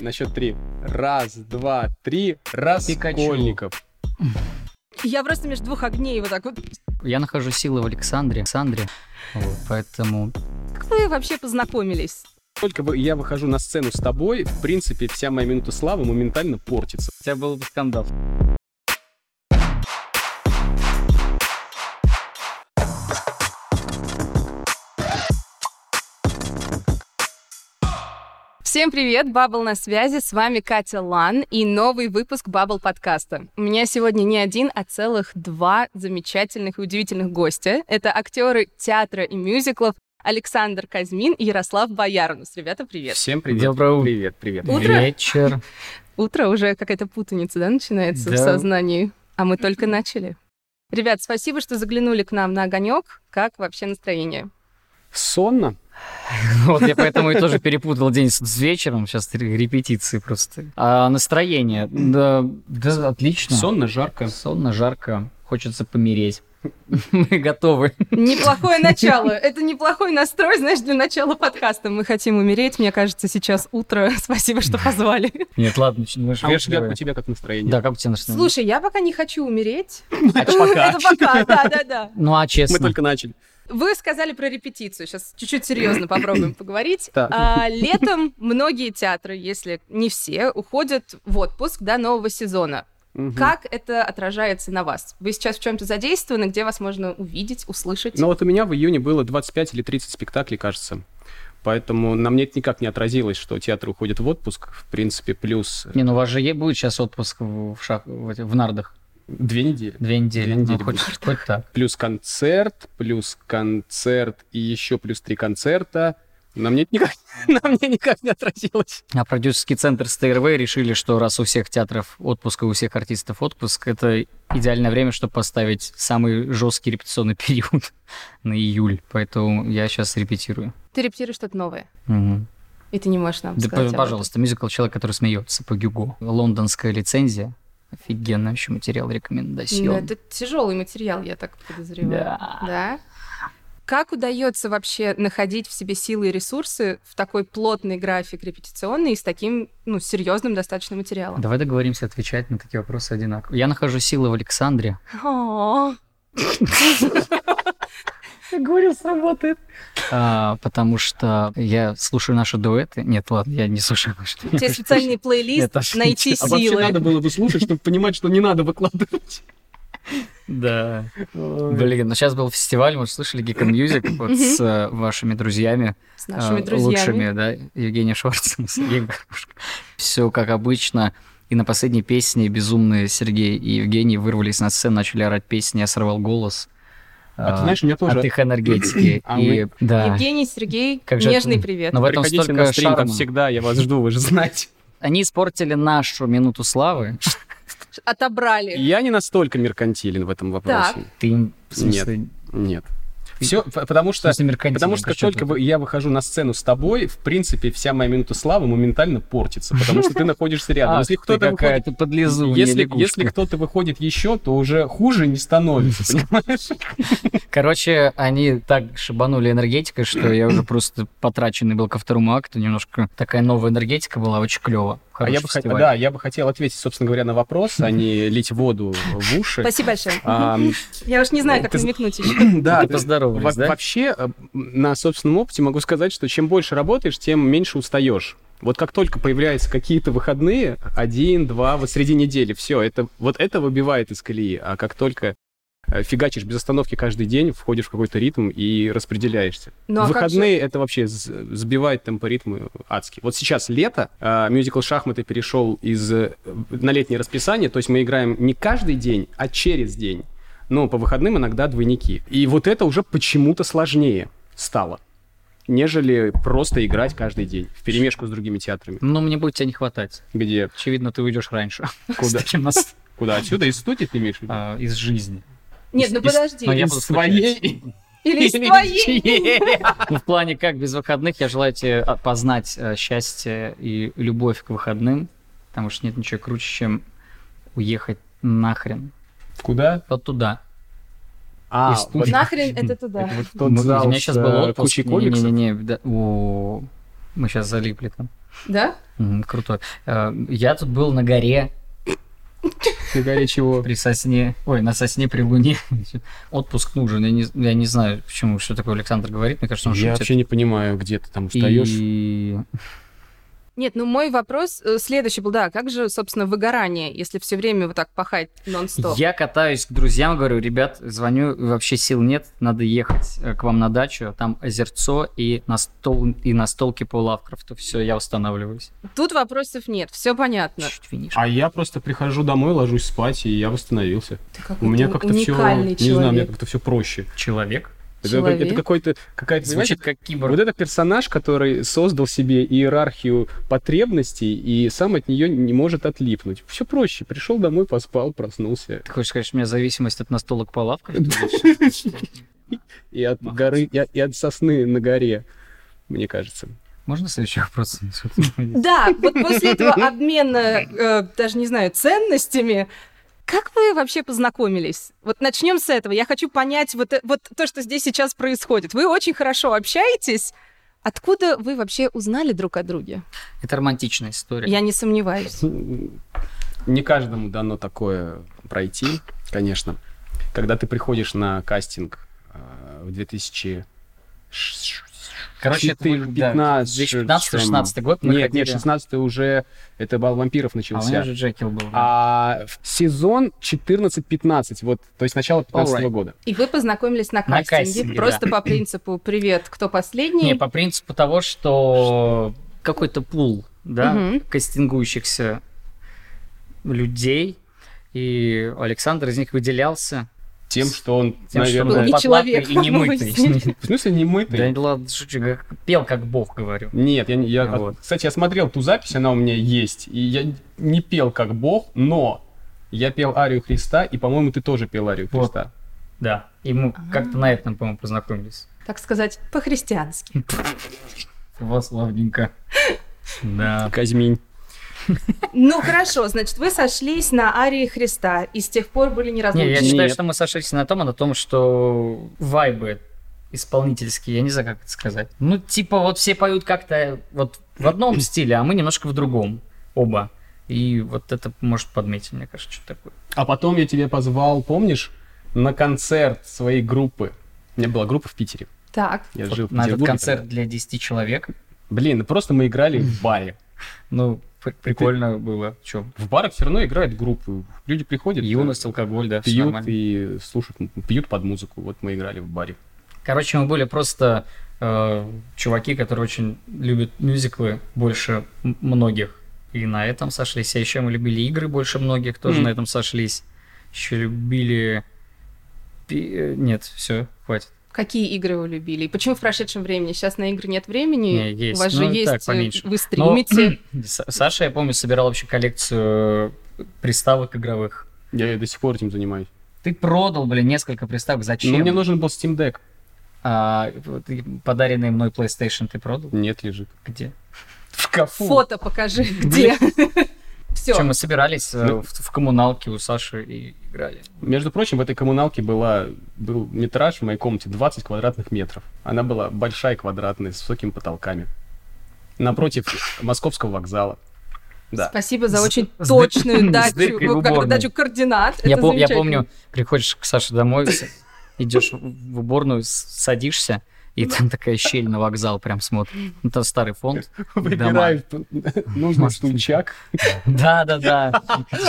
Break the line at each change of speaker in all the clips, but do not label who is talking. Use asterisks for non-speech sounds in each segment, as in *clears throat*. на счет три. Раз, два, три. Раскольников.
Я просто между двух огней вот так вот.
Я нахожу силы в Александре. Александре. Вот, поэтому
Как вы вообще познакомились?
Только вы- я выхожу на сцену с тобой, в принципе, вся моя минута славы моментально портится.
у тебя был бы скандал.
Всем привет, Бабл на связи, с вами Катя Лан и новый выпуск Бабл подкаста. У меня сегодня не один, а целых два замечательных и удивительных гостя. Это актеры театра и мюзиклов Александр Казьмин и Ярослав Боярнус. Ребята, привет.
Всем привет.
Доброе утро.
Привет, привет.
Утро.
Вечер. *laughs*
Утро уже какая-то путаница, да, начинается в
Да.
сознании. А мы только начали. Ребят, спасибо, что заглянули к нам на огонек. Как вообще настроение?
Сонно?
Вот я поэтому и тоже перепутал день с- с вечером. Сейчас три репетиции просто. А настроение? Да, да отлично.
Сонно, жарко.
Сонно, жарко. Хочется помереть. *laughs* Мы готовы.
Неплохое начало. Это неплохой настрой, знаешь, для начала подкаста. Мы хотим умереть. Мне кажется, сейчас утро. *laughs* Спасибо, что позвали.
Нет, ладно, мы же
А у тебя,
вежливые.
у тебя как настроение?
Да, как у тебя настроение?
Слушай, я пока не хочу умереть.
А ч- пока.
Это
*laughs*
пока, да-да-да.
Ну а
Мы
честно,
только начали.
Вы сказали про репетицию. Сейчас чуть-чуть серьезно попробуем поговорить.
Так.
А, летом многие театры, если не все, уходят в отпуск до нового сезона.
Мгм.
Как это отражается на вас? Вы сейчас в чем-то задействованы, где вас можно увидеть, услышать?
Ну вот у меня в июне было 25 или 30 спектаклей, кажется. Поэтому на мне это никак не отразилось, что театр уходит в отпуск. В принципе, плюс
не, ну у вас же е- будет сейчас отпуск в, в шах- в эти- в нардах.
две недели.
Две недели.
Две недели
ну, хоть, хоть так.
Плюс концерт, плюс концерт и еще плюс три концерта. На мне это никак, на мне никак не отразилось.
А продюсерский центр Stairway решили, что раз у всех театров отпуск и у всех артистов отпуск, это идеальное время, чтобы поставить самый жесткий репетиционный *laughs* период на июль. Поэтому я сейчас репетирую.
Ты репетируешь что-то новое,
Мгм.
и ты не можешь нам
Да,
сказать. об этом.
пожалуйста, мюзикл «Человек, который смеется» по Гюго. Лондонская лицензия. Офигенный вообще материал,
Ну,
рекомендацион.
это тяжелый материал, я так подозреваю.
Да.
Да. Как удается вообще находить в себе силы и ресурсы в такой плотный график репетиционный и с таким ну, серьезным достаточно материалом?
Давай договоримся отвечать на такие вопросы одинаково. Я нахожу силы в Александре. *laughs*
О,
Я говорил, сработает. а, потому что я слушаю наши дуэты. Нет, ладно, я не слушаю наши дуэты.
Тебе специальный плейлист
Это ж
«Найти
ничего.
А вообще надо
силы».
было бы слушать, чтобы понимать, что не надо выкладывать.
Да.
*laughs* Ой.
Блин, ну сейчас был фестиваль, мы же слышали Geek and Music вот с э, вашими друзьями.
С нашими
э,
друзьями.
Лучшими, да, Евгения *laughs* Шварцем, Все как обычно. И на последней песне безумные Сергей и Евгений вырвались на сцену, начали орать песни, я сорвал голос.
А
э,
ты знаешь, у меня тоже...
От их энергетики.
*clears throat* А
И, да.
Евгений, Сергей,
Как же это-
нежный привет.
Но в этом
Приходите
столько
на стрим, там
шарма.
всегда, я вас жду, вы же знаете.
Они испортили нашу минуту славы.
Отобрали.
Я не настолько меркантилен в этом вопросе.
Ты, в смысле,
Нет.
Ну,
Все, потому
в
что...
смысле меркантильный,
Потому что
при
как
чём
только
тут?
вы- я выхожу на сцену с тобой, в принципе, вся моя минута славы моментально портится, потому что А, ты находишься рядом.
Ах
ну, Если
А, ты
кто-то
какая,
выходит...
ты подлизу, мне
Если,
лягушка.
если кто-то выходит еще, то уже хуже не
*laughs*
становится, понимаешь?
Короче, они так шибанули энергетикой, что я
*clears throat*
уже просто потраченный был ко второму акту. Немножко такая новая энергетика была, очень клево.
А я бы хотел, да, я бы хотел ответить, собственно говоря, на вопрос, а не лить воду в уши.
Спасибо большое.
А,
*laughs*
Я уж не знаю, как
Ты зн-
намекнуть еще.
Да,
Ну, Ты
ты-
поздоровались,
Во-
да?
Вообще, э, на собственном опыте могу сказать, что чем больше работаешь, тем меньше устаешь. Вот как только появляются какие-то выходные, один, два, вот среди недели, все, это, вот это выбивает из колеи. А как только э, фигачишь без остановки каждый день, входишь в какой-то ритм и распределяешься.
Ну а как же-
Выходные это вообще з- сбивает темпы ритма адски. Вот сейчас лето, а, мюзикл «Шахматы» перешел из э, на летнее расписание, то есть мы играем не каждый день, а через день. Но по выходным иногда двойники. И вот это уже почему-то сложнее стало, нежели просто играть каждый день в перемешку с другими театрами.
Ну, мне будет тебя не хватать.
Где?
Очевидно, ты уйдешь
*laughs*
раньше.
Куда?
С таким нас-
Куда? Отсюда? Из студии ты имеешь в виду?
а, Из жизни.
Нет, ну
Из- из-
подожди.
но А, я- буду
Из своей?
Или
*laughs*
из
Или
твоей.
чьей?
Ну, в плане как без выходных, я желаю тебе а, познать э, счастье и любовь к выходным, потому что нет ничего круче, чем уехать нахрен.
*laughs* Куда?
Вот туда.
А,
Из
вот
студии.
Нахрен это туда.
это вот тот
Ну,
зал
у меня сейчас
с,
был
э,
отпуск.
кучей комиксов.
Не-не-не, да, о, мы сейчас залипли там.
Да?
Мгм, Круто. Э, Я тут был на горе,
На горе чего?
при сосне, ой, на сосне при луне. *laughs* Отпуск нужен. Я не, я не знаю, почему, что такое Александр говорит. Мне кажется, он
Я
шутит.
вообще не понимаю, где ты там встаешь.
И
Нет, ну мой вопрос э, следующий был, да, как же, собственно, выгорание, если все время вот так пахать нон-стоп?
я катаюсь к друзьям, говорю, ребят, звоню, вообще сил нет, надо ехать э, к вам на дачу, там озерцо и, настол, и настолки по Лавкрафту. Все, я устанавливаюсь.
Тут вопросов нет, все понятно.
Чуть-чуть финиш.
А я просто прихожу домой, ложусь спать, и я восстановился.
Ты
У
какой-то
меня как-то все,
уникальный
не знаю, у меня
человек.
как-то все проще.
Человек?
Это, это
Человек.
какой-то, какая-то,
Звучит как
Вот
киборг.
это персонаж, который создал себе иерархию потребностей и сам от нее не может отлипнуть. Все проще. Пришел домой, поспал, проснулся.
Ты хочешь сказать, что у меня зависимость от настолок по Лавкрафту?
*laughs* И от
Махать.
горы, и, и от сосны на горе, мне кажется.
Можно следующий вопрос? *laughs*
Да, вот после этого обмена, э, даже не знаю, ценностями, как вы вообще познакомились? Вот начнем с этого. Я хочу понять вот, э- вот то, что здесь сейчас происходит. Вы очень хорошо общаетесь. Откуда вы вообще узнали друг о друге?
Это романтичная история.
Я не сомневаюсь.
Не каждому дано такое пройти, конечно. Когда ты приходишь на кастинг э, в 2000...
Короче, это мы- да, 2015-2016 год мы
Нет, нет,
ходили.
16 уже это бал вампиров
А у меня
начался.
же Джекил был. да.
А в сезон 14-15, вот, то есть начало 15
Alright.
года.
И вы познакомились на
На
кастинге,
кастинге,
просто по принципу «Привет, кто последний?»
Не, по принципу того, что какой-то пул, да,
Мгм.
кастингующихся людей, и Александр из них выделялся
Тем, что он,
тем, что он
наверное...
был
И
потлатый
человек,
и немытый.
выяснили.
В смысле, не мытый?
Да ладно, шучу, как- пел как бог, говорю.
Нет, я, не- я-
Вот.
кстати, я смотрел ту запись, она у меня есть, и я не пел как бог, но я пел Арию Христа, и, по-моему, ты тоже пел Арию
Вот.
Христа.
Да, и мы
А.
как-то на этом, по-моему, познакомились.
Так сказать, по-христиански.
Вас славненько. *laughs* Да.
Казьминь.
Ну хорошо, значит, вы сошлись на арии Христа и с тех пор были
Не, я
Нет.
неразлучны.
считаю, что мы сошлись на том, а на том, что вайбы исполнительские, я не знаю, как это сказать. Ну, типа, вот все поют как-то э, вот в
*clears throat*
одном стиле, а мы немножко в другом оба. И вот это, может, подметить, мне кажется, что такое.
А потом я тебя позвал, помнишь, на концерт своей группы. У меня была группа в Питере.
Так,
Я
Вот
жил в
на этот
Петербурге
концерт
тогда.
для 10 человек.
Блин, ну просто мы играли в
*laughs*
баре.
Ну, пр- прикольно было. Че?
В барах все равно играют группы. Люди приходят,
Юность,
э,
алкоголь, да, все
пьют
нормально.
и слушают, м, пьют под музыку. Вот мы играли в баре.
Короче, мы были просто э, чуваки, которые очень любят мюзиклы больше м- многих. И на этом сошлись. А еще мы любили игры больше многих, тоже
Мгм.
на этом сошлись. Еще любили... пи- э, Нет, все, хватит.
какие игры вы любили? И почему в прошедшем времени? Сейчас на игры нет времени,
Не, есть.
у вас
Ну,
же есть,
так,
э,
поменьше.
вы
*clears throat*
стримите.
Са- Саша, я помню, собирал вообще коллекцию э, приставок игровых.
Я до сих пор этим занимаюсь.
Ты продал, блин, несколько приставок. Зачем?
Ну, мне нужен был Steam Deck.
А, вот и подаренный мной PlayStation ты продал?
Нет, лежит.
Где? В кафу.
Фото покажи, где. *laughs* Все.
Причем мы собирались э,
Ну.
в, в коммуналке у Саши и играли.
Между прочим, в этой коммуналке была, был метраж в моей комнате 20 квадратных метров. Она была большая, квадратная, с высокими потолками. Напротив московского вокзала. Да.
Спасибо за
С-
очень
с дыркой- *clears throat*
точную
с
дачу,
дыркой в
ну, как бы
уборной.
дачу координат.
Я,
Это
пом- я
замечательно.
помню, приходишь к Саше домой, с- идешь в- в уборную, с- садишься, и там такая щель на вокзал прям смотрит. Ну, там старый фонд.
Выбираю нужный стульчак.
Да-да-да.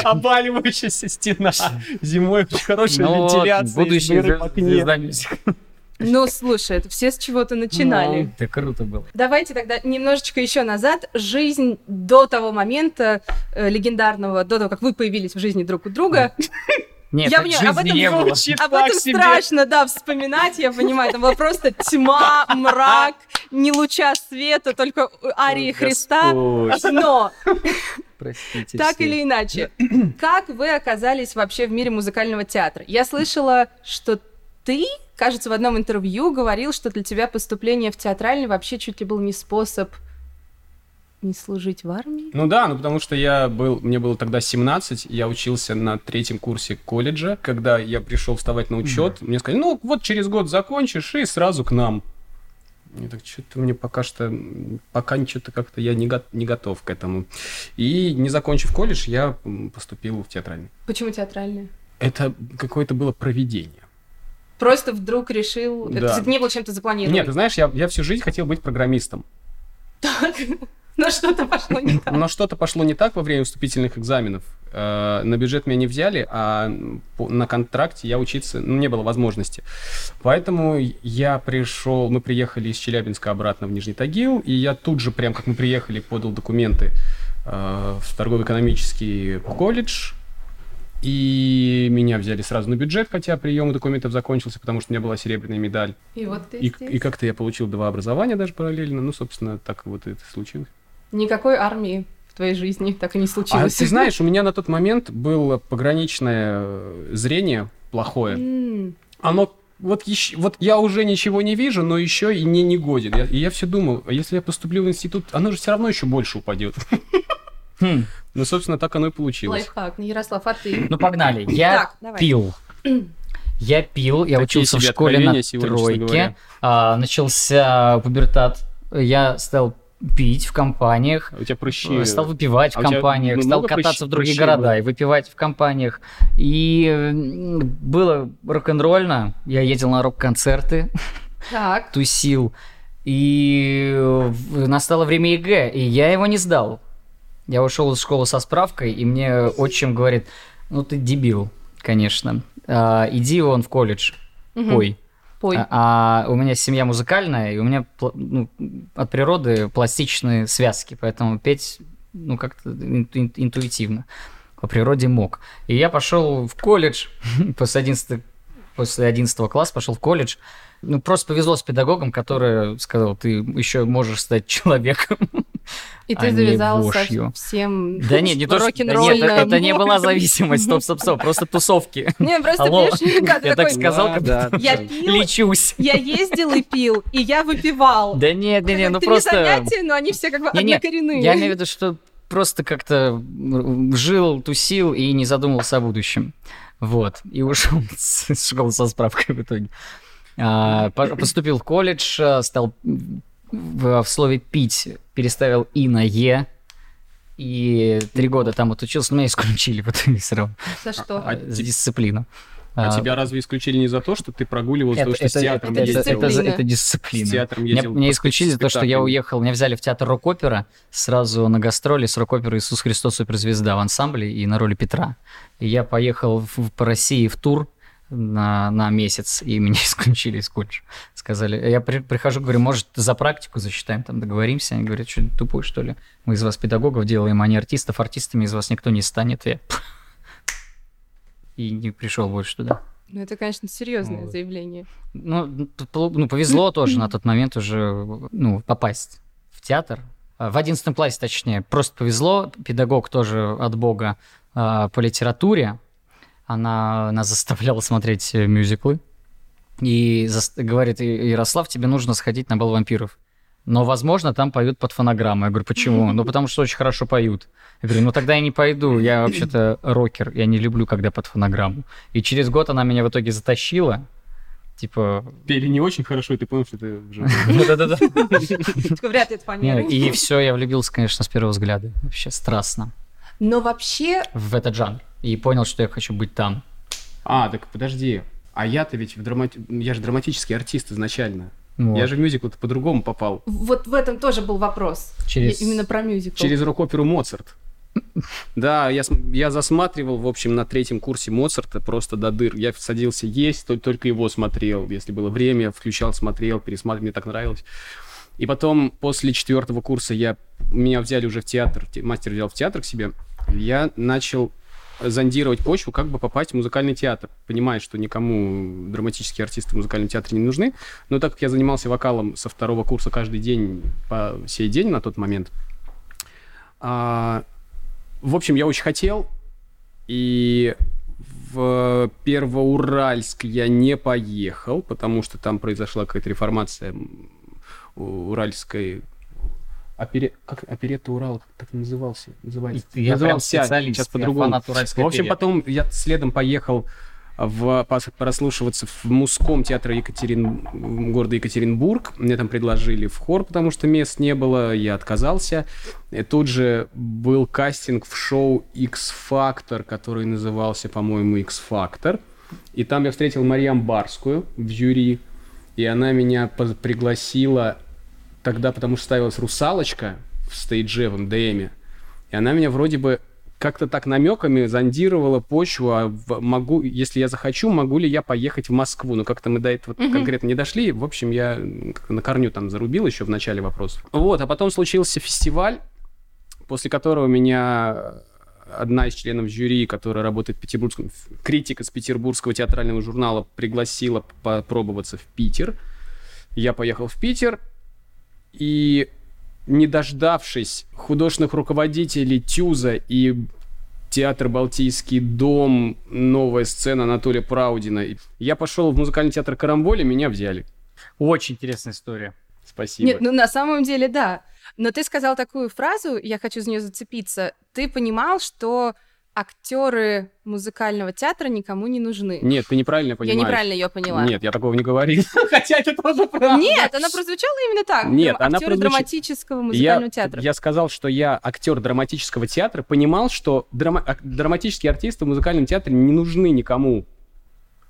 Обаливающаяся стена. Зимой очень хорошая
Ну,
вентиляция.
будущая
из дыры в
звезд-
окне.
звезда мюзикла.
Ну, слушай, это все с чего-то начинали.
Ну, Да круто было.
Давайте тогда немножечко еще назад. Жизнь до того момента э, легендарного, до того, как вы появились в жизни друг у друга.
Нет,
Я
так
понимаю, об
жизни
этом
не было.
звучит.
Об
так
этом
себе.
страшно, да, вспоминать, я понимаю. Это была просто тьма, мрак, не луча света, только арии
Ой,
Христа.
Господь,
Но
Простите
так
все.
или иначе, *clears throat* как вы оказались вообще в мире музыкального театра? Я слышала, что ты, кажется, в одном интервью говорил, что для тебя поступление в театральный вообще чуть ли был не способ не служить в армии.
Ну да, ну потому что я был, мне было тогда 17, я учился на третьем курсе колледжа. Когда я пришел вставать на учет, мне сказали, ну вот через год закончишь и сразу к нам. Я так, что-то мне пока что, м, пока ничего-то как-то я не, го- не готов к этому. И не закончив колледж, я м, поступил в театральный.
Почему театральные?
Это какое-то было проведение.
Просто вдруг решил...
Да.
Это, кстати, не было чем-то запланировано.
Нет, ты знаешь, я, я всю жизнь хотел быть программистом.
Так. Но что-то пошло не
*laughs*
так.
Но что-то пошло не так во время вступительных экзаменов. Э, На бюджет меня не взяли, а по- на контракте я учиться ну, не было возможности. Поэтому я пришел, мы приехали из Челябинска обратно в Нижний Тагил, и я тут же, прям как мы приехали, подал документы э, в торгово-экономический колледж, и меня взяли сразу на бюджет, хотя прием документов закончился, потому что у меня была серебряная медаль.
И вот ты
И,
здесь.
и как-то я получил два образования даже параллельно. Ну, собственно, так вот это и случилось.
Никакой армии в твоей жизни так и не
А
случилось.
ты знаешь, у меня на тот момент было пограничное э, зрение плохое.
*laughs* М,
Оно вот, ещё- вот я уже ничего не вижу, но еще и не негоден. Я, и я все думал, а если я поступлю в институт, оно же все равно еще больше упадет.
Хм,
Ну, собственно, так оно и получилось.
Лайфхак. Ну, Ярослав, а ты?
Ну, погнали. Я
Так, давай.
пил. Я пил, я
Такие
учился в
себе
школе
откровения
на
сегодня, честно говоря.
тройке. А, начался пубертат. Я стал пить в компаниях.
У тебя прыщи.
Э, Стал выпивать
А
в
у тебя
компаниях,
много
стал
прыщ-
кататься в другие
прыщей
города
было?
и выпивать в компаниях. И э, м, было рок-н-ролльно. Я ездил на рок-концерты, *laughs*
Так.
тусил. И э, в- настало время ЕГЭ, и я его не сдал. Я ушел из школы со справкой, и мне отчим говорит, ну ты дебил, конечно. А, иди вон в колледж,
Мгм.
пой.
Пой.
А, а у меня семья музыкальная, и у меня пла- ну, от природы пластичные связки, поэтому петь ну как-то ин- ин- интуитивно по природе мог. И я пошел в колледж *laughs* после 11 после 11 класса пошел в колледж. Ну, просто повезло с педагогом, который сказал, ты еще можешь стать *laughs* человеком.
И ты
а не
завязал
вошью.
со всем
Да нет, не то, что... да
рок-н-ролльным.
Нет, это, это не была зависимость, стоп-стоп-стоп, просто тусовки.
*laughs* Не, просто
Алло. *laughs*
пишешь, да, ты
Я так
такой,
сказал, как
да,
Я
да.
пил,
лечусь.
я ездил и пил, и я выпивал.
Да нет, нет, нет, ну
Три
просто...
занятия, но они все как бы
Не-не,
однокоренные.
Я имею в виду, что просто как-то м, жил, тусил и не задумывался о будущем. Вот. И ушел *laughs* с из школы со справкой в итоге. А, по- поступил в колледж, а, стал м, в, в слове «пить» переставил «и» на «е». И три года там отучился, но меня исключили *laughs* в итоге все равно
За что?
А
за
те-
дисциплину.
А
А,
тебя разве исключили не за то, что ты прогуливал,
это,
потому что с
это-
театром
это-
ездил?
это- это за-
ездил?
это
С
дисциплина.
театром
Меня,
ездил.
меня исключили за то, что я
спектаклями.
уехал, меня взяли в театр рок-опера сразу на гастроли с рок-оперой «Иисус Христос суперзвезда» в ансамбле и на роли Петра. И я поехал в- по России в тур на, на месяц, и меня *laughs* исключили из колледжа. Сказали, я при- прихожу, говорю, может, за практику засчитаем, там договоримся. Они говорят, что тупой, что ли? Мы из вас педагогов делаем, а не артистов. Артистами из вас никто не станет. Я *laughs* и не пришел больше туда.
Ну, это, конечно, серьезное
Вот. *laughs*
заявление.
Ну, тут пол- ну, повезло тоже на тот момент уже ну, попасть в театр. А, В 11 классе, точнее, просто повезло. Педагог тоже от бога а, по литературе. Она нас заставляла смотреть э, мюзиклы. И зас- говорит, «И- Ярослав, тебе нужно сходить на бал вампиров. Но, возможно, там поют под фонограмму. Я говорю, почему? Ну, потому что очень хорошо поют. Я говорю, ну тогда я не пойду, я вообще-то рокер, я не люблю, когда под фонограмму. И через год она меня в итоге затащила, типа...
Пели не очень хорошо, и ты понял, что ты
*laughs*
уже...
Да-да-да.
Только Типа, вряд ли это
Не,
фанеры.
И все, я влюбился, конечно, с первого взгляда. Вообще страстно
Но вообще,
в этот жанр. И понял, что я хочу быть там.
А, так подожди. А я-то ведь в драмати... Я же драматический артист изначально.
Вот.
Я же в мюзикл-то по-другому попал.
вот в этом тоже был вопрос.
Через-
И- Именно про мюзикл.
Через рок-оперу Моцарт. Да, я, см- я засматривал, в общем, на третьем курсе Моцарта просто до дыр. Я садился есть, то- только его смотрел. Если было время, включал, смотрел, пересматривал, мне так нравилось. И потом, после четвертого курса, я, меня взяли уже в театр, те- мастер взял в театр к себе. Я начал зондировать почву, как бы попасть в музыкальный театр. Понимая, что никому драматические артисты в музыкальном театре не нужны. Но так как я занимался вокалом со второго курса каждый день, по сей день на тот момент, а, в общем, я очень хотел, и в Первоуральск я не поехал, потому что там произошла какая-то реформация м, у- уральской опере- как оперетта Урала, как так назывался, называется.
Я прям
Назывался,
специалист,
сейчас
я
по-другому.
фанат уральской
В общем,
оперетты.
потом я следом поехал в, пос- прослушиваться в Мужском театре Екатерин, города Екатеринбург. Мне там предложили в хор, потому что мест не было, я отказался. И тут же был кастинг в шоу X-Factor, который назывался, по-моему, X-Factor. И там я встретил Марьям Барскую в жюри, и она меня поз- пригласила тогда, потому что ставилась «Русалочка» в стейдже, в МДМе. И она меня вроде бы как-то так намеками зондировала почву, а в- могу, если я захочу, могу ли я поехать в Москву? Ну, как-то мы до этого
Мгм.
конкретно не дошли. В общем, я м, как-то на корню там зарубил еще в начале вопрос. Вот, а потом случился фестиваль, после которого меня одна из членов жюри, которая работает в Петербургском, критик из Петербургского театрального журнала, пригласила попробоваться в Питер. Я поехал в Питер, и не дождавшись художественных руководителей Тюза и Театр Балтийский дом, новая сцена Анатолия Праудина. Я пошел в музыкальный театр Карамболя, меня взяли.
Очень
*laughs*
интересная история.
Спасибо.
Нет, ну на самом деле да. Но ты сказал такую фразу, я хочу за нее зацепиться. Ты понимал, что актеры музыкального театра никому не нужны.
Нет, ты неправильно понимаешь.
Я неправильно ее поняла.
Нет, я такого не
*laughs*
говорил. Хотя это тоже правда.
Нет, она прозвучала именно так.
Нет,
прям
она
актеры
прозвучи-
драматического музыкального театра.
Я сказал, что я актер драматического театра, понимал, что драма- ак- драматические артисты в музыкальном театре не нужны никому.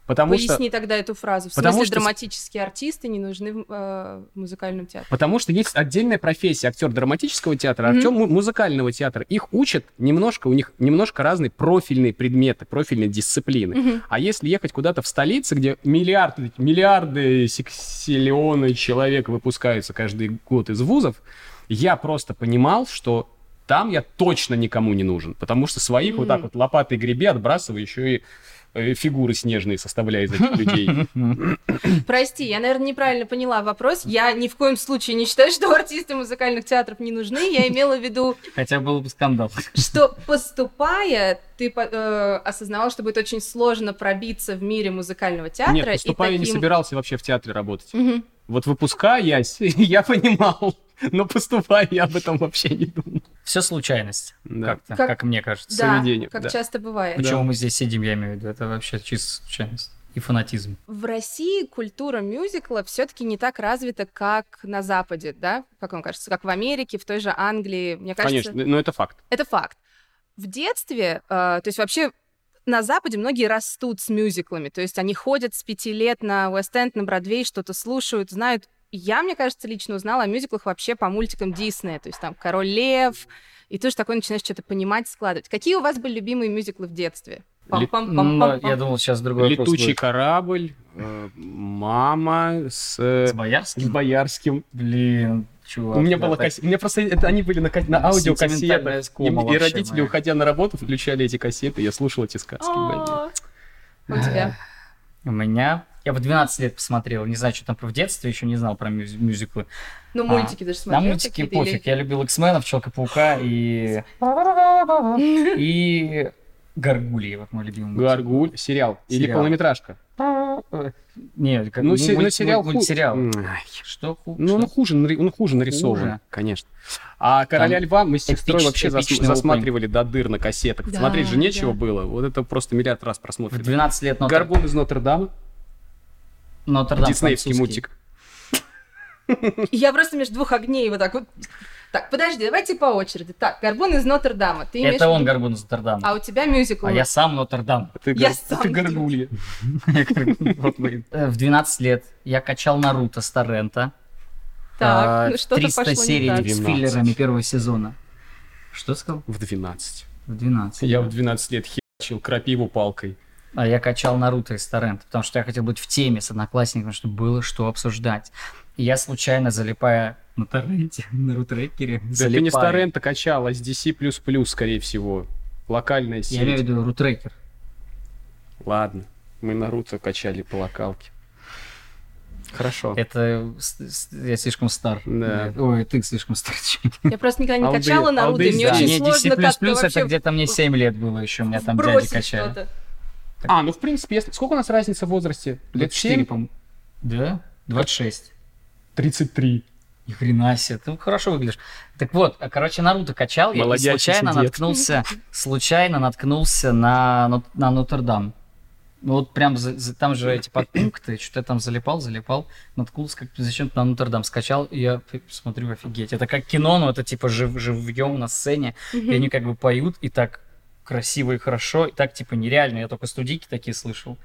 Потому что,
Поясни тогда эту фразу. В
Потому
смысле,
что-
драматические артисты не нужны в, э, в музыкальном театре.
потому что есть отдельная профессия актер драматического театра,
Мгм.
актер му- музыкального театра. Их учат немножко, у них немножко разные профильные предметы, профильные дисциплины.
Мгм.
А если ехать куда-то в столице, где миллиард, миллиарды, сексиллионы человек выпускаются каждый год из вузов, я просто понимал, что там я точно никому не нужен, потому что своих вот так
Мгм.
вот лопатой гребе отбрасываю, еще и э, фигуры снежные составляя из
*laughs*
этих людей.
Прости, я, наверное, неправильно поняла вопрос. Я ни в коем случае не считаю, что артисты музыкальных театров не нужны. Я имела в виду,
Хотя был бы скандал.
что поступая, ты по- э, осознавал, что будет очень сложно пробиться в мире музыкального театра.
Нет,
и
поступая, я не
таким-
собирался вообще в театре работать.
Мгм.
Вот выпускаясь, *laughs* я понимал, но поступая, я об этом вообще не думал.
Все случайность.
Да.
Как-то,
Как-
как мне кажется.
Да,
Заведение,
как
да.
часто бывает.
Почему мы здесь сидим, я имею в виду. Это вообще чисто случайность. И фанатизм.
В России культура мюзикла все-таки не так развита, как на Западе, да? Как вам кажется? Как в Америке, в той же Англии. Мне кажется,
Конечно, но это факт.
Это факт. В детстве, э, то есть вообще на Западе многие растут с мюзиклами, то есть они ходят с пяти лет на Уэст-Энд, на Бродвей, что-то слушают, знают. Я, мне кажется, лично узнала о мюзиклах вообще по мультикам Диснея, то есть там «Король лев», и тоже такое начинаешь что-то понимать, складывать. Какие у вас были любимые мюзиклы в детстве?
Ли-
Но
Пам-пам-пам-пам-пам.
ну, я думал, сейчас другой вопрос
Летучий
будет.
корабль, э, мама с э,
С Боярским?
с Боярским.
Блин, чувак.
У меня
да,
было
так-
кассе- У меня просто это- они были на, ка- на
Сентиментальная
аудиокассетах. И,
скума
и
вообще
родители,
моя.
уходя на работу, включали эти кассеты, я слушал эти сказки. блин.
А, У тебя.
У меня... Я в 12 лет посмотрел, не знаю, что там про в детстве, еще не знал про мюз- мюзиклы.
Ну, мультики
А,
даже
На
смотрел.
мультики
какие-то или-
пофиг, я любил X-менов, Человека-паука
*laughs*
и... И... Гаргульи, вот мой любимый. мультик.
Гаргуль, сериал. Или
Сериал.
полнометражка.
Не, как-
Ну, се- ну,
мульт-
сериал.
мульт-
ху-
мультсериал.
М,
Что ху-
Ну, он
что?
хуже, нари- он хуже нарисован,
Хуже.
конечно. А «Короля льва» мы с сестрой
эпич-
вообще зас-
эпичный
засматривали до дыр на кассетах.
Да,
Смотреть же нечего
да.
было. Вот это просто миллиард раз
В
просмотрено.
12 лет Нотр-
«Горбун из Нотр-Дама»,
Нотр-Дам
диснеевский
французский.
мультик.
Я просто между двух огней вот так вот. Так, подожди, давайте по очереди. Так, «Горбун из Нотр-Дама». Ты имеешь
Это
в
он
виду-
Горбун из Нотр-Дама.
А у тебя мюзикл.
А я сам Нотр-Дам. *laughs*
Ты,
Я
гор-
сам
ты *laughs*
не-
горгулья.
Я Горбун. Э, В 12 лет я качал Наруто с Торрента.
Так,
А,
ну что-то
300
пошло
серий
не так.
с
12.
филлерами первого сезона. Что сказал?
В 12.
В 12.
Я
да.
в 12 лет херачил крапиву палкой.
А я качал Наруто из торрента, потому что я хотел быть в теме с одноклассниками, чтобы было что обсуждать. И я случайно залипая на торренте, *laughs* на рутрекере,
Да ты
залипаю.
не с торрента качал, а с DC++, скорее всего. Локальная сеть.
Я имею в виду рутрекер.
Ладно, мы Наруто качали по локалке. Хорошо.
Это с- с- я слишком стар.
Да.
Ой, ты слишком стар. чем я.
Я просто никогда не
Алды-
качала Наруто, и
Алды
мне
из-
Да,
очень
мне
сложно как-то
DC++
вообще
это где-то мне 7 лет было еще, у меня там дяди
бросить
качали.
что-то.
А, ну в принципе, если... сколько у нас разница в возрасте? Лет
4,
7?
по-моему. Да? 26.
33.
Ни хрена себе, ты хорошо выглядишь. Так вот, а, короче, Наруто качал, я и
Молодящийся
случайно
дед.
наткнулся, случайно наткнулся на, Нот- на Нотр-Дам. Ну вот прям за- за- там же эти подпункты, что-то я там залипал, залипал, наткнулся, как зачем-то на Нотр-Дам скачал, и я п- смотрю, офигеть. Это как кино, но это типа жив, живьем на сцене, и они как бы поют, и так красиво и хорошо, и так типа нереально. Я только студийки такие слышал,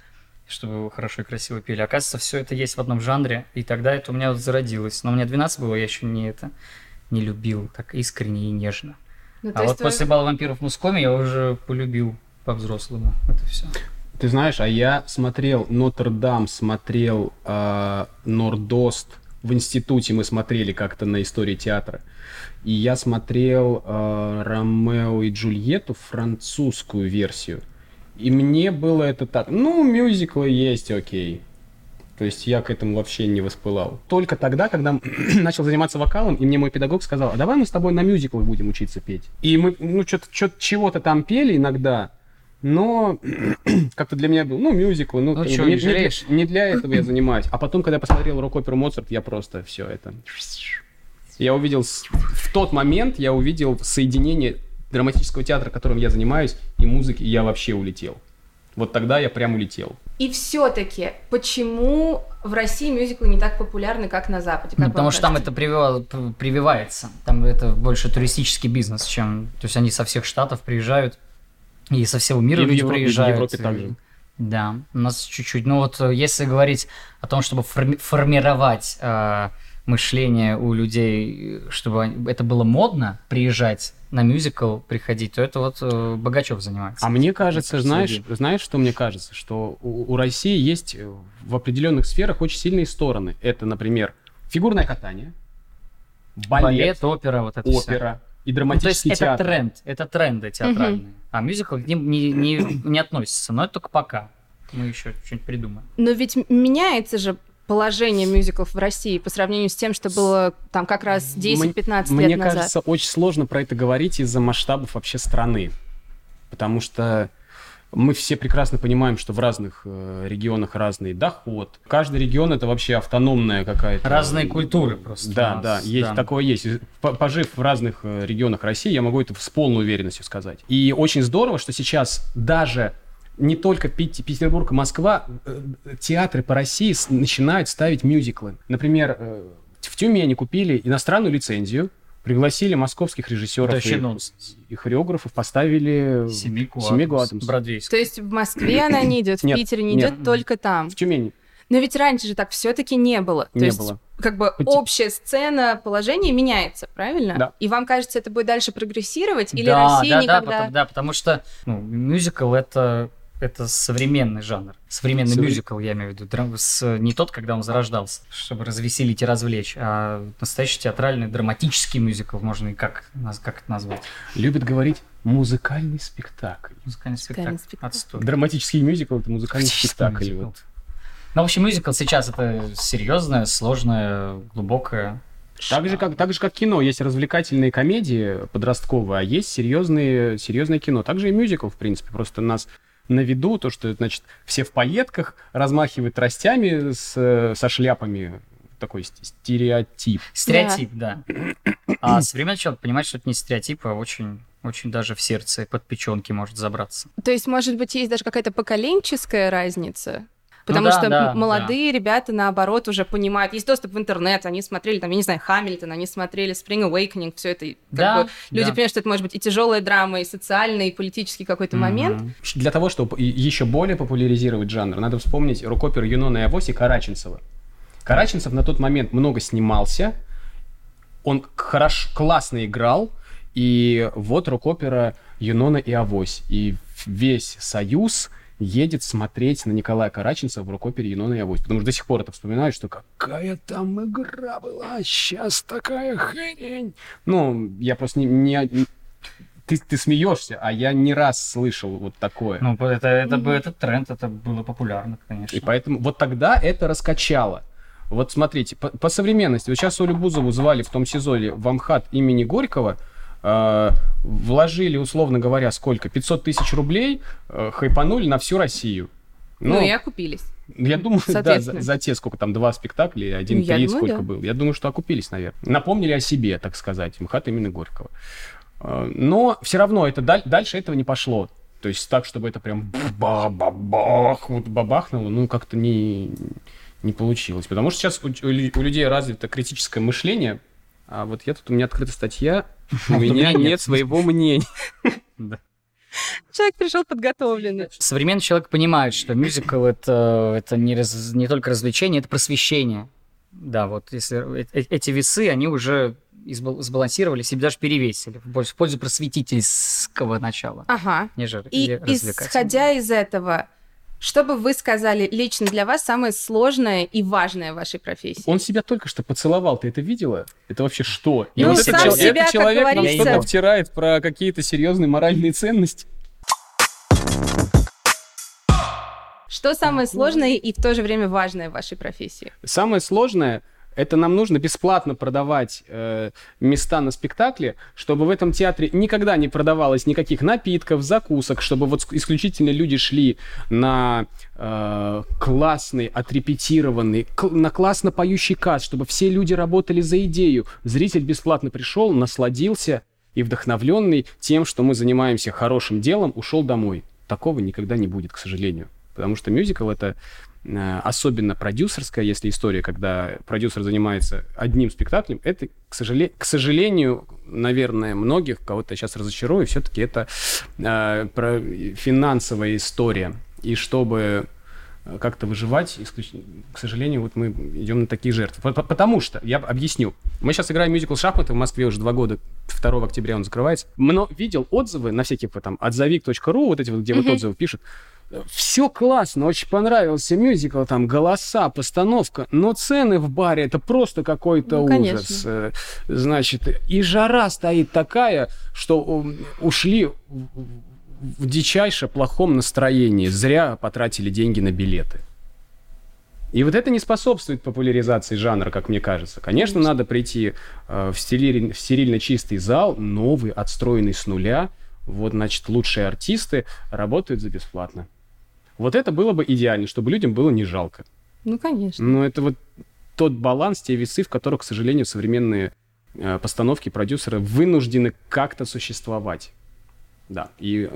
чтобы его хорошо и красиво пели. Оказывается, все это есть в одном жанре, и тогда это у меня вот зародилось. Но мне 12 было, я еще не это не любил так искренне и нежно.
Ну, то
а
есть
вот
твой-
после «Бала вампиров» в Мускоме я уже полюбил по-взрослому это все.
Ты знаешь, а я смотрел Нотр-Дам, смотрел э, Нордост. В институте мы смотрели как-то на истории театра. И я смотрел э, Ромео и Джульетту, французскую версию. И мне было это так. Ну, мюзиклы есть, окей. То есть я к этому вообще не воспылал. Только тогда, когда *clears throat* начал заниматься вокалом, и мне мой педагог сказал, а давай мы с тобой на мюзиклах будем учиться петь. И мы, ну, что-то чего-то там пели иногда, но *clears throat* как-то для меня был, ну, мюзиклы, ну,
Ну,
как бы
чё,
не,
не
не для-
жалеешь?
не для этого я занимаюсь. А потом, когда я посмотрел рок-оперу Моцарт, я просто все это... Я увидел, с- в тот момент я увидел соединение драматического театра, которым я занимаюсь, и музыки, и я вообще улетел. Вот тогда я прям улетел.
И все-таки, почему в России мюзиклы не так популярны, как на Западе?
Ну,
Как
потому
вам
что там
кажется?
это привива- п- прививается. Там это больше туристический бизнес, чем... То есть они со всех штатов приезжают, и со всего мира
И в
люди
Европе- и в
приезжают.
Европе
и-
также.
Да, у нас чуть-чуть. Ну вот э, если говорить о том, чтобы форми- формировать э, мышление у людей, э, чтобы они- это было модно приезжать на мюзикл, приходить, то это вот э, Богачев занимается.
А мне кажется,
Среди.
знаешь, знаешь, что мне кажется, что у, у России есть э, в определенных сферах очень сильные стороны. Это, например, фигурное катание, балет,
опера, вот это всё.
опера и
Ну, то есть
драматический
это
театр.
тренд, это тренды театральные. А мюзикл к ним не, не, не относится, но это только пока. Мы еще что-нибудь придумаем.
Но ведь м- меняется же положение мюзиклов в России по сравнению с тем, что было там как раз 10-15 лет
Мне
назад.
кажется, очень сложно про это говорить из-за масштабов вообще страны. Потому что мы все прекрасно понимаем, что в разных э, регионах разный доход. Каждый регион это вообще автономная какая-то.
Разные культуры просто
Да,
у нас,
да, есть
да.
такое есть. И по- Пожив в разных э, регионах России, я могу это с полной уверенностью сказать. И очень здорово, что сейчас даже не только Пит- Петербург и Москва, э, театры по России с- начинают ставить мюзиклы. Например, э, в Тюмени купили иностранную лицензию, пригласили московских режиссеров
Это
и-
вообще нонсенс.
и хореографов, поставили
Семейку
Семейку
Адамс.
Адамс.
Бродвейский.
То есть в Москве она не идет, в
Нет,
Питере не
нет.
идет, только там.
в Тюмени.
Но ведь раньше же так все-таки не было. То
Не
есть,
было.
как бы
Хоть-
общая сцена, положение меняется, правильно?
Да.
И вам кажется, это будет дальше прогрессировать, или
да,
Россия
да, да,
никогда.
потому, да, потому что ну, мюзикл это это современный жанр. Современный
Совре-
мюзикл, я имею в виду. драм- с- не тот, когда он зарождался, чтобы развеселить и развлечь, а настоящий театральный драматический мюзикл, можно и как, наз- как это назвать?
Любят говорить музыкальный спектакль.
Музыкальный спектакль.
спектакль.
Отстой.
Драматический мюзикл это музыкальный спектакль.
мюзикл.
вот.
Ну, в общем, мюзикл сейчас это серьезное, сложное, глубокое.
Так же, как, так же, как кино. Есть развлекательные комедии подростковые, а есть серьезные, серьезное кино. Также и мюзикл, в принципе. Просто у нас на виду то, что, значит, все в пайетках размахивают тростями с, э, со шляпами. Такой ст- стереотип.
Стереотип, да. А современный человек понимает, что это не стереотип, а очень, очень даже в сердце, под печенки может забраться.
То есть, может быть, есть даже какая-то поколенческая разница?
Ну
Потому
да,
что
да,
м- молодые ребята, наоборот, уже понимают. Есть доступ в интернет, они смотрели, там, я не знаю, Хамильтон, они смотрели Spring Awakening, все это. и как
Да,
бы люди
да.
понимают, что это может быть и тяжелая драма, и социальный, и политический какой-то момент.
Мгм.
Ш- Для того, чтобы и- еще более популяризировать жанр, надо вспомнить рок-оперу Юнона и Авось и Караченцева. Караченцев на тот момент много снимался, он хорошо, классно играл, и вот рок-опера Юнона и Авось. И весь Союз едет смотреть на Николая Караченцева в рок-опере Юнона и Авось. Потому что до сих пор это вспоминают, что какая там игра была, сейчас такая хрень. Ну, я просто не... не- не- ты, ты смеешься, а я не раз слышал вот такое.
Ну, это, это, бы- этот тренд, это было популярно, конечно.
И поэтому вот тогда это раскачало. Вот смотрите, по, по современности, вот сейчас Олю Бузову звали в том сезоне в Амхат имени Горького, э, вложили, условно говоря, сколько? 500 тысяч рублей, э, хайпанули на всю Россию.
Ну, и окупились.
Я думаю, да,
Соответственно.
за, за те сколько там, два спектакля, и один
Ну, я
период
думаю,
сколько
да.
был. Я думаю, что окупились, наверное. Напомнили о себе, А, так сказать, МХАТ именно Горького. Э, Но все равно это даль- дальше этого не пошло. То есть так, чтобы это прям бабах, вот бабахнуло, ну, как-то не, не получилось. Потому что сейчас у, у лю- у людей развито критическое мышление, а вот я тут, у меня открыта
*laughs*
статья, у
А у меня
меня
нет.
нет своего мнения. Да.
Человек пришел подготовленный.
Современный человек понимает, что мюзикл это, это не, раз- не только развлечение, это просвещение. Да, вот если э- э- эти весы, они уже избал- сбалансировались и даже перевесили в больш- в пользу просветительского начала,
Ага.
нежели
И
развлекательного.
исходя из этого, что бы вы сказали лично для вас самое сложное и важное в вашей профессии?
Он себя только что поцеловал, ты это видела? Это вообще что?
Ну,
этот
сам
чел-
себя,
этот
как
человек нам
говорится.
что-то втирает про какие-то серьезные моральные ценности.
Что самое сложное и в то же время важное в вашей профессии?
Самое сложное это нам нужно бесплатно продавать э, места на спектакле, чтобы в этом театре никогда не продавалось никаких напитков, закусок, чтобы вот ск- исключительно люди шли на э, классный, отрепетированный, кл- на классно поющий каст, чтобы все люди работали за идею. Зритель бесплатно пришел, насладился и вдохновленный тем, что мы занимаемся хорошим делом, ушел домой. Такого никогда не будет, к сожалению. Потому что мюзикл это э, особенно продюсерская, если история, когда продюсер занимается одним спектаклем, это, к, сожале- к сожалению, наверное, многих, кого-то я сейчас разочарую, все-таки это э, про финансовая история. И чтобы э, как-то выживать, исключ- к сожалению, вот мы идем на такие жертвы. По- по- Потому что, я объясню, мы сейчас играем мюзикл «Шахматы» в Москве уже два года, 2 октября он закрывается. Но видел отзывы на всяких вот там отзовик.ру, вот эти вот, где вот
Мгм.
отзывы пишут, все классно, очень понравился мюзикл, там голоса, постановка, но цены в баре это просто какой-то
Ну, конечно.
ужас. Э, Значит, и жара стоит такая, что м, ушли в- в дичайше плохом настроении, зря потратили деньги на билеты. И вот это не способствует популяризации жанра, как мне кажется. Конечно, надо прийти э, в, стили- в стерильно чистый зал, новый, отстроенный с нуля. Вот, значит, лучшие артисты работают за бесплатно. Вот это было бы идеально, чтобы людям было не жалко.
Ну, конечно.
Но это вот тот баланс, те весы, в которых, к сожалению, современные э, постановки продюсеры вынуждены как-то существовать. Да, и э,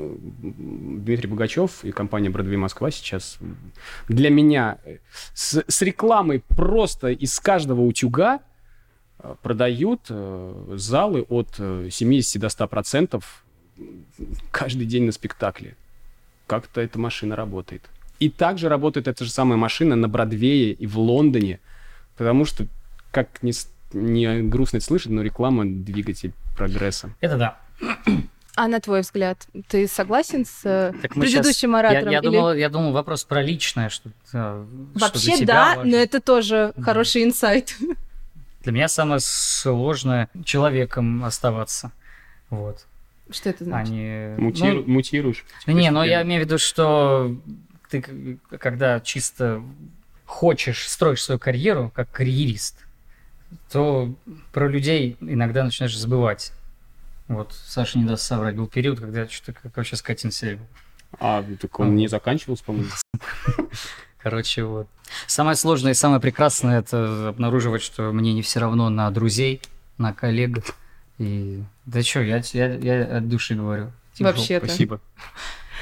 м, Дмитрий Богачев и компания Бродвей Москва сейчас м, для меня э, с, с рекламой просто из каждого утюга э, продают э, залы от э, 70 до 100 процентов каждый день на спектакле. Как-то эта машина работает. И также работает эта же самая машина на Бродвее и в Лондоне, потому что, как не, не грустно это слышать, но реклама — двигатель прогресса.
Это да.
А на твой взгляд, ты согласен с э,
Так мы щас-
предыдущим
Я,
оратором?
я
Или
думал, я думал, вопрос про личное, что э, что для
Вообще
тебя
да,
важно.
но это тоже
Да.
хороший инсайт. *laughs*
Для меня самое сложное человеком оставаться. Вот.
Что
А
это значит?
не...
Мутиру-
ну,
мутируешь.
Не, но я
постепенно.
имею в виду, что ты к- когда чисто хочешь, строишь свою карьеру как карьерист, то про людей иногда начинаешь забывать. Вот, Саша не даст соврать. Был период, когда что-то, как вообще скатимся.
А, так он не заканчивался, по-моему.
Короче, вот. Самое сложное и самое прекрасное это обнаруживать, что мне не все равно на друзей, на коллег. И да что, я, я, я от души говорю. Типа,
Вообще-то.
Спасибо.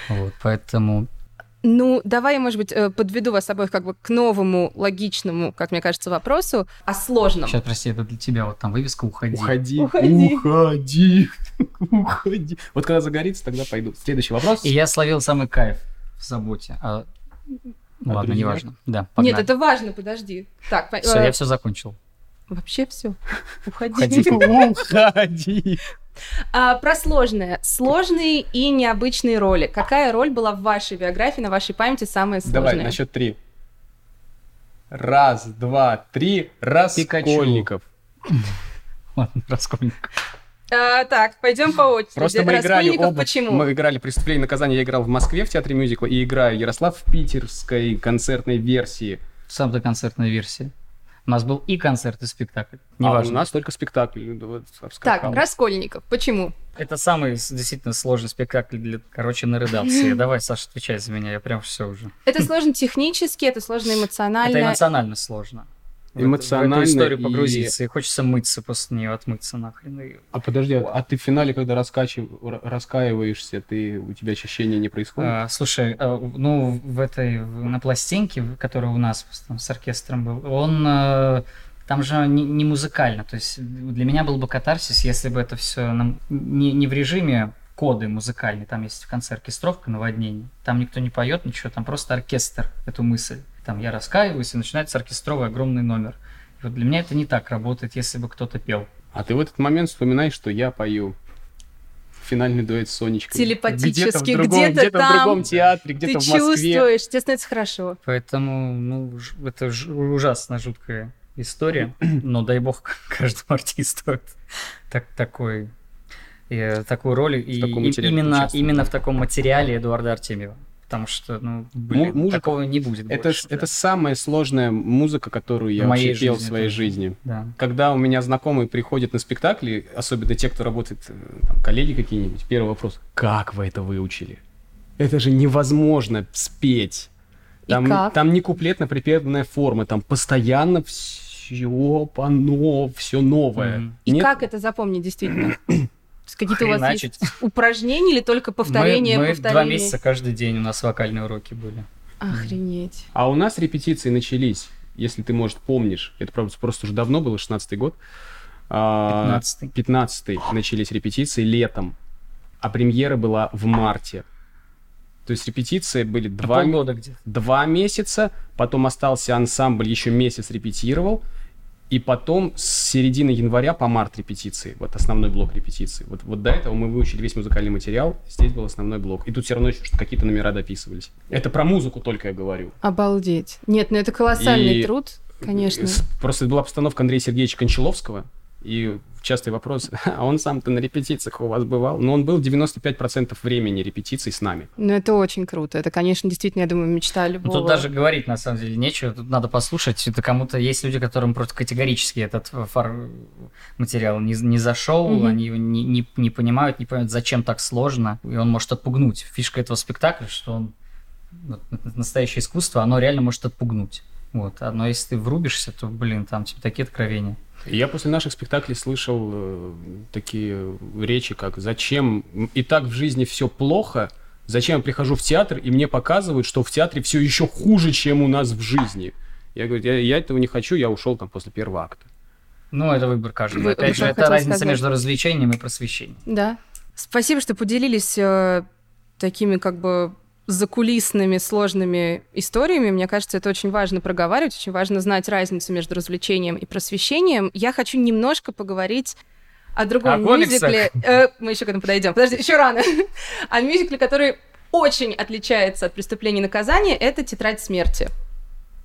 Вот, поэтому
Ну, давай я, может быть, э, подведу вас обоих как бы к новому, логичному, как мне кажется, вопросу о сложном.
Сейчас, прости, это для тебя вот там вывеска «Уходи».
Ну. Уходи.
Уходи.
Уходи. *laughs* Уходи. Вот когда загорится, тогда пойду. Следующий вопрос.
И я словил самый кайф в заботе. А... Ну,
О
ладно,
друзьях?
неважно. Да,
Нет,
погнали.
это важно, подожди. Так, по- э,
Все, я все закончил.
вообще все. *laughs* Уходи.
Уходи.
Уходи.
А, про сложное. Сложные и необычные роли. Какая роль была в вашей биографии, на вашей памяти самая сложная?
Давай, на счет три. Раз, два, три. Раскольников.
Ладно, *laughs* Раскольников.
А, так, пойдем по очереди.
Просто мы играли
Раскольников
оба.
почему?
Мы играли «Преступление и наказание». Я играл в Москве в театре мюзикла и играю Ярослав в питерской концертной версии.
Сам-то концертная версия. У нас был и концерт, и спектакль.
А у
Неважно.
нас только спектакль. ну, Вот,
Так,
обскакал.
Раскольников, почему?
Это самый с- действительно сложный спектакль для... Короче, нарыдался.
*laughs*
я. Давай, Саша, отвечай за меня. Я прям все уже.
*clears throat*
Это сложно технически, это сложно эмоционально.
Это эмоционально сложно. в эту-
Эмоционально
в эту историю
и-
погрузиться. И... хочется мыться после нее, отмыться нахрен. и-
А подожди, а а ты в финале, когда раскачив... р- раскаиваешься, ты... у тебя очищение не происходит?
А, слушай, а, в- ну в этой в- на пластинке, в- которая у нас там с оркестром был, он э, там же не, не музыкально, то есть для меня был бы катарсис, если бы это все не, не в режиме коды музыкальные, там есть в конце оркестровка, наводнение, там никто не поет ничего, там просто оркестр эту мысль, там я раскаиваюсь и начинается оркестровый огромный номер. И вот для меня это не так работает, если бы кто-то пел.
А ты в этот момент вспоминаешь, что я пою финальный дуэт с Сонечкой.
Телепатически,
в другом-
где-то
в
там.
другом театре,
Ты
где-то в Москве.
чувствуешь, тебе становится хорошо.
Поэтому, ну, ж- это ж- ужасно жуткая
*clears throat*
история. Но дай бог *laughs* каждому артисту это- так, такой, э, такую роль. И,
В таком
и-
материале
именно,
участвовать.
именно в таком материале Эдуарда Артемьева. Потому что, ну, блин,
музыка-
такого не будет
Это,
больше,
ж- это самая сложная музыка, которую я
В моей
вообще пел в
жизни
своей
тоже.
жизни.
да.
Когда у меня знакомые приходят на спектакли, особенно те, кто работает, э, там, коллеги какие-нибудь, первый вопрос. Как вы это выучили? Это же невозможно спеть.
И
Там,
как?
там не куплетно-припевная форма, там постоянно все по все новое.
Мгм.
И
Нет?
как это запомнить
*clears throat*
действительно? То есть Какие-то у вас есть
Хреначить.
упражнения или только повторение,
мы, мы два
повторение?
месяца каждый день у нас вокальные уроки были.
Охренеть.
А у нас репетиции начались, если ты, может, помнишь. Это, правда, просто уже давно было, 16-й год. А,
15
15 начались репетиции летом, а премьера была в марте. То есть репетиции были два, м-
полгода где-то.
два месяца, потом остался ансамбль, еще месяц репетировал, и потом с середины января по март репетиции, вот основной блок репетиции. Вот, вот до этого мы выучили весь музыкальный материал, здесь был основной блок. И тут все равно еще что какие-то номера дописывались. Это про музыку только я говорю.
Обалдеть. Нет, ну это колоссальный
И-
труд, конечно.
С- Просто была обстановка Андрея Сергеевича Кончаловского, и частый вопрос, *laughs* а он сам-то на репетициях у вас бывал? Но он был 95% времени репетиций с нами.
Но Ну, это очень круто. Это, конечно, действительно, я думаю, мечта
Ну,
любого.
Тут даже говорить на самом деле нечего, тут надо послушать. Это кому-то есть люди, которым просто категорически этот фар материал не, не зашел,
Мгм.
они его не, не, не понимают, не понимают, зачем так сложно, и он может отпугнуть. Фишка этого спектакля, что он вот, настоящее искусство, оно реально может отпугнуть. Вот. А, Но если ты врубишься, то, блин, там типа такие откровения.
И я после наших спектаклей слышал э, такие речи, как «Зачем? И так в жизни все плохо, зачем я прихожу в театр, и мне показывают, что в театре все еще хуже, чем у нас в жизни?» Я говорю, я, я этого не хочу, я ушел там после первого акта.
Ну, это выбор каждого.
Вы-
Опять
вы
же,
что
это
хотели
разница
сказать?
между развлечением и просвещением.
Да. Спасибо, что поделились э, такими как бы закулисными сложными историями. Мне кажется, это очень важно проговаривать, очень важно знать разницу между развлечением и просвещением. Я хочу немножко поговорить о другом
О комиксах.
мюзикле. Э, мы еще к этому подойдем. Подожди, еще рано. *laughs* о мюзикле, который очень отличается от преступления и наказания, это «Тетрадь смерти».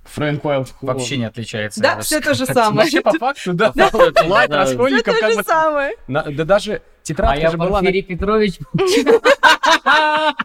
Фрэнк Уайлд
Вообще не отличается.
Да,
я даже
всё то же
скажу. типа,
самое.
*laughs* Вообще по факту, да.
Да.
Лайт
Да.
Всё
Раскольников
то
как
же
бы...
самое.
на- Да даже
А
тетрадка
я
же была... на-
Порфирий Петрович
*laughs*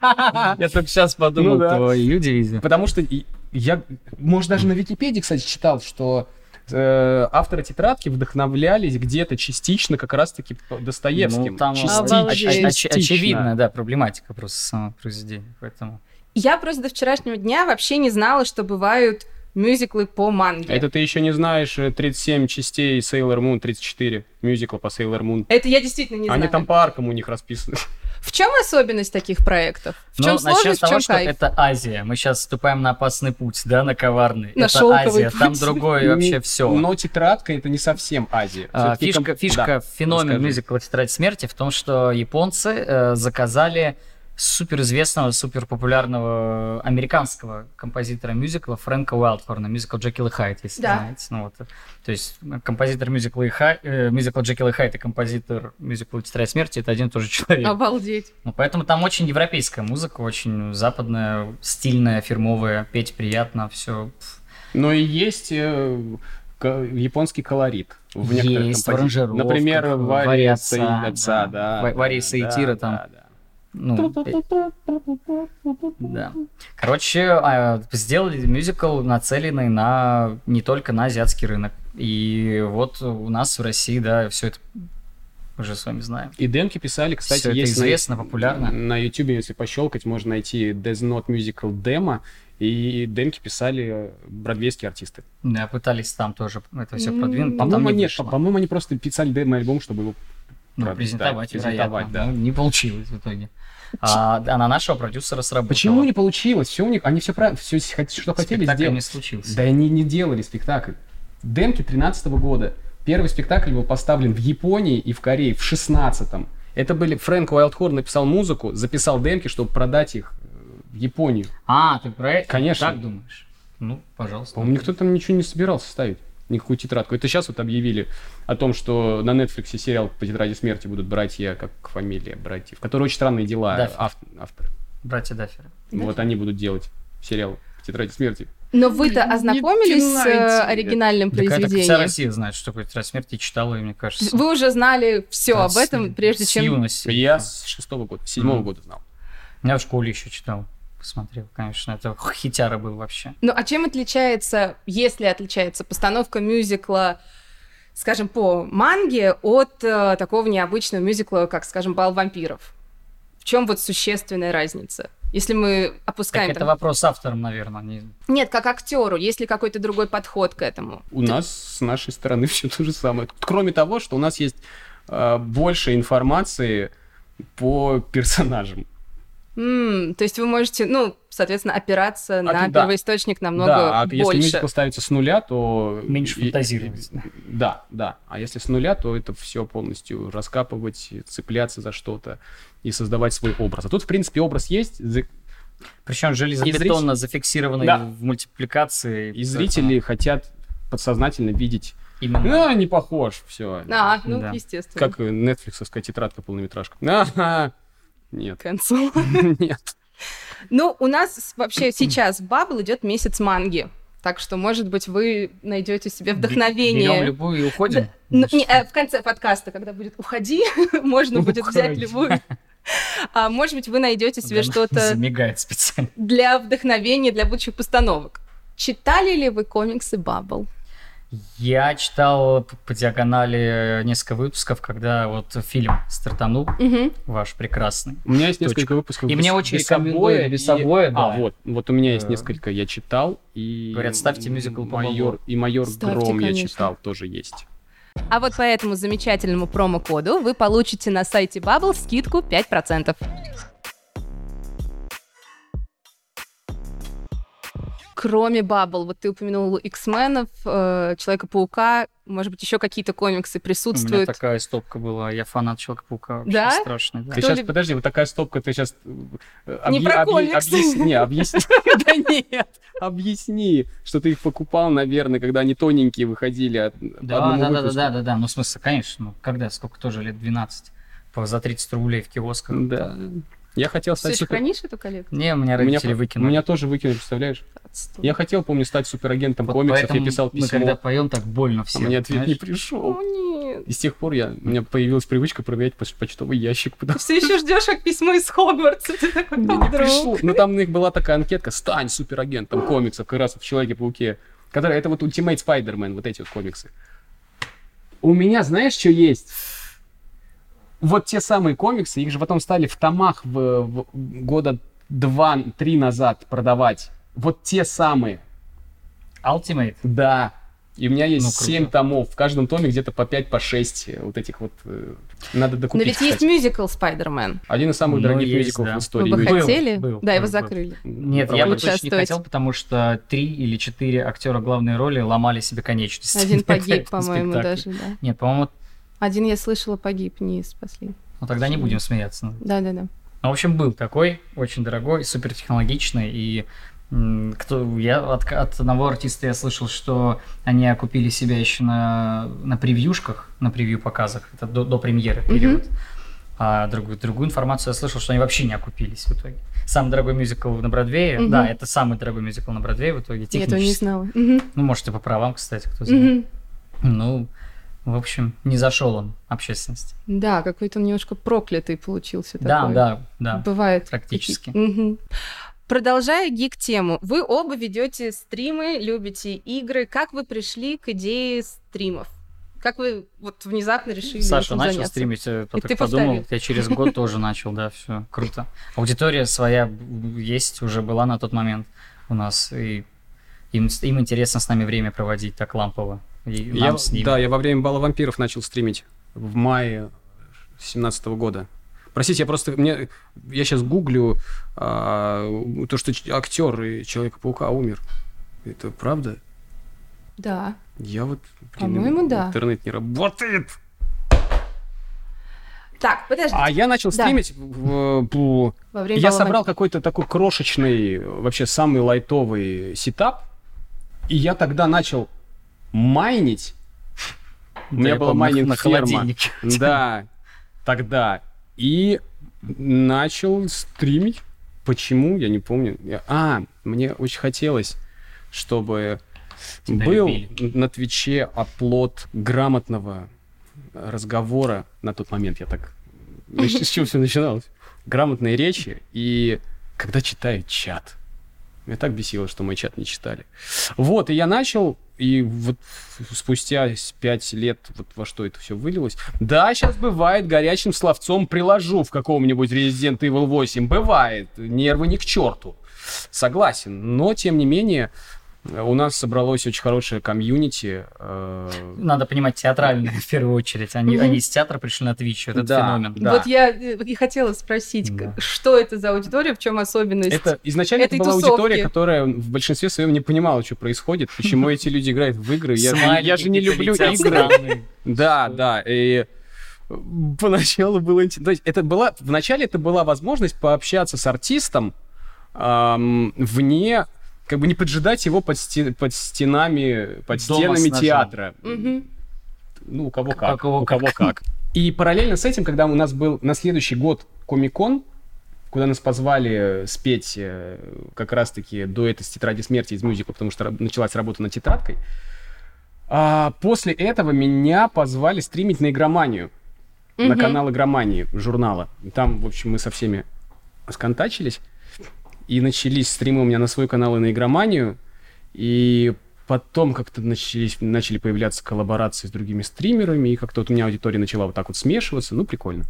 Я только сейчас подумал,
Ну да.
твою дивизию.
Потому что и- я, может, даже на Википедии, кстати, читал, что э, авторы тетрадки вдохновлялись где-то частично как раз-таки по- Достоевским.
Ну, там
Частично.
Обалдеть.
оч- оч-
Частично.
очевидно, да, проблематика просто самого произведения. Поэтому
Я просто до вчерашнего дня вообще не знала, что бывают мюзиклы по манге.
Это ты еще не знаешь э, 37 частей Sailor Moon, 34 мюзикла по Sailor Moon.
Это я действительно не
Они
знаю.
там по аркам у них расписаны.
В чем особенность таких проектов? В чем
Ну, начнем с
сложность, в
того,
чем
что
кайф?
это Азия. Мы сейчас вступаем на опасный путь, да, на коварный.
На
это
шелковый
Азия,
путь.
там другое вообще
Н- ну,
все.
Но тетрадка это не совсем Азия.
А,
Всё-таки
Фишка,
комп-
фишка
Да.
феномен
расскажи.
мюзикла «Тетрадь смерти» в том, что японцы э, заказали суперизвестного, суперпопулярного американского композитора мюзикла Фрэнка Уайлдхорна, мюзикл «Джекил и Хайд», если
Да.
знаете. Ну, вот. То есть э, композитор мюзикла, и Хай- э, мюзикла «Джекил и Хайд» и композитор мюзикла «Тетрадь смерти» — это один и тот же человек.
Обалдеть.
Ну, поэтому там очень европейская музыка, очень западная, стильная, фирмовая, петь приятно, все
Но и есть э, ко- японский колорит в некоторых
Есть, в
композициях.
аранжировках,
Например,
в
Вария
«Вариаца»,
Саидца, да.
да. Ва- «Вария Саитира» там. Ну, э, да. Короче, а, сделали мюзикл, нацеленный на не только на азиатский рынок. И вот у нас в России, да, все это уже с вами знаем.
И демки писали, кстати,
Всё это
есть на-
известно, популярно.
На YouTube, если пощелкать, можно найти Death Note Musical Demo. и демки писали э, бродвейские артисты.
Да, пытались там тоже это все
М,
продвинуть, но там
По-моему,
не
нет,
вышло.
по-моему, они просто писали демо-альбом, чтобы его
Ну,
правда,
презентовать,
да,
вероятно.
презентовать, да.
Ну, не получилось в итоге. А, а на нашего продюсера сработало.
Почему не получилось? Все у них, они все правильно, все, что хотели
Спектакль
сделать.
не случился.
Да они не делали спектакль. Демки 13 года. Первый спектакль был поставлен в Японии и в Корее в 16-м. Это были... Фрэнк Уайлдхорн написал музыку, записал демки, чтобы продать их э, в Японию.
А, ты про это
Конечно.
так думаешь? Ну, пожалуйста.
По-моему, никто там ничего не собирался ставить. Никакую тетрадку. Это сейчас вот объявили о том, что на Netflix сериал по тетради смерти будут братья, как фамилия братьев, которые очень странные дела. э,
Даффи.
ав- авторы.
Братья Дафферы.
Вот они будут делать сериал по тетради смерти.
Но вы-то ознакомились с э,
тяните.
оригинальным
Так это вся
произведением?
Россия знает, что такое «Тетрадь смерти», читала, и мне кажется.
Вы уже знали все
да,
об
с-
этом, прежде
с
чем...
юности.
Я с шестого года, с седьмого
Мгм.
года знал.
Я в школе еще читал. Посмотрел, конечно, это хитяра был вообще.
Ну, а чем отличается, если отличается постановка мюзикла, скажем, по манге от э, такого необычного мюзикла, как, скажем, «Бал вампиров»? В чем вот существенная разница? Если мы
Так
опускаем...
это
там-
вопрос авторам, наверное. не-
Нет, как актеру, есть ли какой-то другой подход к этому?
У нас с нашей стороны *laughs* все то же самое. Кроме того, что у нас есть э, больше информации по персонажам.
М, то есть вы можете, ну, соответственно, опираться на
А да.
первоисточник *laughs* намного
да, а если
больше.
мюзикл ставится с нуля, то...
Меньше
и-
фантазировать.
и- Да, да. А если с нуля, то это все полностью раскапывать, цепляться за что-то и создавать свой образ. А тут, в принципе, образ есть, за-
Причем железобетонно зафиксированный
Да.
в мультипликации.
и зрители хотят подсознательно видеть.
Именно.
А, не похож, все.
А, ну,
Да.
естественно.
Как нетфликсовская тетрадка полнометражка. *laughs* Ага. Нет. *laughs*
Концу.
Нет.
Ну, у нас с- вообще сейчас в Бабл идет месяц манги. Так что, может быть, вы найдете себе
Берем
вдохновение.
любую и уходим.
Ну,
Значит,
не, э, в конце подкаста, когда будет «Уходи», *laughs* можно будет взять
Уходи.
любую. А может быть, вы найдете себе
да,
что-то
*laughs* Замигает специально.
для вдохновения, для будущих постановок. Читали ли вы комиксы Бабл?
Я читал п- по диагонали э, несколько выпусков, когда вот фильм стартанул,
Мгм.
ваш прекрасный.
У меня есть
Точка.
несколько выпусков.
И
бес-
мне очень
бесобоя
рекомендуют
и-
бесобоя, да.
А, вот. Вот у меня есть
Э.
несколько, я читал. И
Говорят, ставьте мюзикл по
майор,
Бобу.
И майор
Ставьте,
Гром я
конечно.
читал, тоже есть.
А вот по этому замечательному промокоду вы получите на сайте Bubble скидку 5%. Кроме Bubble, вот ты упомянул X-менов, э, Человека-паука, может быть, еще какие-то
У
комиксы
меня
присутствуют.
такая стопка была. Я фанат Человека-паука. вообще
Да?
Страшный, да.
Ты
Кто
сейчас,
ли-
подожди, вот такая стопка, ты сейчас...
Не про комиксы.
Объясни,
*laughs*
объясни. Да нет, объясни, что ты их покупал, наверное, когда они тоненькие выходили от- по
Да,
одному
да, да, да,
выпуску.
да, да, да. Ну, в смысле, конечно. Ну, когда? Сколько тоже лет 12? По, за 30 рублей в киосках.
Да. Я хотел
Все
стать
еще
супер...
хранишь эту коллекцию?
Не, меня
Меня,
родители выкинули.
меня тоже выкинули, представляешь?
Отстой.
Я хотел, помню, стать суперагентом
Вот
комиксов, я
поэтому
писал
Мы когда
письмо,
поем, так больно
а
всем.
мне ответ не
знаешь.
пришел.
О, Ну нет.
И с тех пор я, у меня появилась привычка проверять поч- почтовый ящик, потому
*laughs* Ты все еще ждешь как письмо из Хогвартса. Ты такой,
что не
«Вдруг».
пришло. Ну там у них была такая анкетка «Стань суперагентом комиксов», как раз в «Человеке-пауке». Который, это вот Ultimate Spider-Man, вот эти вот комиксы. У меня, знаешь, что есть? Вот те самые комиксы, их же потом стали в томах в, в года два-три назад продавать. Вот те самые.
Ultimate.
Да. И у меня есть
Ну, круто.
семь томов. В каждом томе где-то по 5 по 6 вот этих вот э, надо
Но
докупить.
ведь есть
кстати.
мюзикл «Спайдермен».
Один из самых
Ну,
дорогих
есть,
мюзиклов
да.
в
Вы
истории.
бы
Был,
хотели?
был,
Да, его
был, был. *laughs*
закрыли.
Нет, я бы точно
Провалился.
не
Участвовать.
хотел, потому что три или четыре актера главной роли ломали себе конечности. *laughs*
Один
на
погиб,
этом
по-моему,
спектакле.
даже, да.
Нет, по-моему,
Один, я слышала, погиб, не спасли.
ну тогда не будем смеяться. Ну,
Да-да-да.
в общем, был такой, очень дорогой, супертехнологичный, и м, кто, я от, от одного артиста я слышал, что они окупили себя еще на, на превьюшках, на превью-показах, это до, до премьеры период. А другую, другую информацию я слышал, что они вообще не окупились в итоге. Самый дорогой мюзикл на Бродвее,
Мгм.
да, это самый дорогой мюзикл на Бродвее в итоге,
Я этого не
технически.
знала. Мгм.
Ну, может, и по правам, кстати, кто знает.
Мгм.
Ну, в общем, не зашел он общественности.
Да, какой-то он немножко проклятый получился.
Да,
такой.
да, да.
Бывает.
Практически.
Мгм. Продолжая гик-тему, вы оба ведете стримы, любите игры. Как вы пришли к идее стримов? Как вы вот внезапно решили
Саша
этим
начал
заняться?
стримить, э,
И
потом
ты
подумал,
повторил.
я через
*laughs*
год тоже начал, да, все, круто. Аудитория своя б- есть, уже была на тот момент. у нас, и им, им интересно с нами время проводить так лампово. И
Я,
нам с ними.
да, я во время бала вампиров начал стримить в мае 2017 года. Простите, я просто мне я сейчас гуглю а, то, что ч- актер и Человека-паука умер. Это правда?
Да.
Я вот
По-моему, да.
интернет не работает.
Так, подожди.
А я начал
Да.
стримить. в- в-
Во время
я
балла
собрал какой-то такой крошечный, вообще самый лайтовый сетап. И я тогда начал майнить. У
Да,
меня
я
была
помню, на-
майнинг
на холодильнике.
*laughs* Да, тогда. И начал стримить. Почему, я не помню. Я- А, мне очень хотелось, чтобы
Тебя
был
любили.
на Твиче оплот грамотного разговора. На тот момент я так... С чего все начиналось? Грамотные речи и когда читают чат. Меня так бесило, что мой чат не читали. Вот, и я начал, и вот спустя 5 лет вот во что это все вылилось. Да, сейчас бывает, горячим словцом приложу в каком-нибудь Resident Evil 8. Бывает, нервы не к черту. Согласен, но тем не менее э, у нас собралось очень хорошее комьюнити. э,
*laughs* Надо понимать театральные в первую очередь. Они,
Мгм.
они из театра пришли на Twitch, вот этот
Да,
феномен.
да.
Вот я э, и хотела спросить,
Да.
к- что это за аудитория, в чем особенность?
Это изначально это
этой
была
тусовки.
аудитория, которая в большинстве своем не понимала, что происходит, почему эти люди играют в игры. Я же не- я же не люблю игры. Да, да, и поначалу было интересно. То есть это была, вначале это была возможность пообщаться с артистом ам, вне, как бы не поджидать его под, сте- под стенами, под
Дома с
стенами
ножом.
театра.
Мгм.
Ну, у кого
Как-
как.
у кого
у кого как. И параллельно с этим, когда у нас был на следующий год Комикон, куда нас позвали спеть э, как раз-таки дуэт из «Тетради смерти» из мюзикла, потому что раб- началась работа над тетрадкой, а после этого меня позвали стримить на игроманию, на
Мгм.
канал игромании журнала. И Там, в общем, мы со всеми сконтачились, и начались стримы у меня на свой канал и на игроманию, и потом как-то начались, начали появляться коллаборации с другими стримерами, и как-то вот у меня аудитория начала вот так вот смешиваться, ну, прикольно.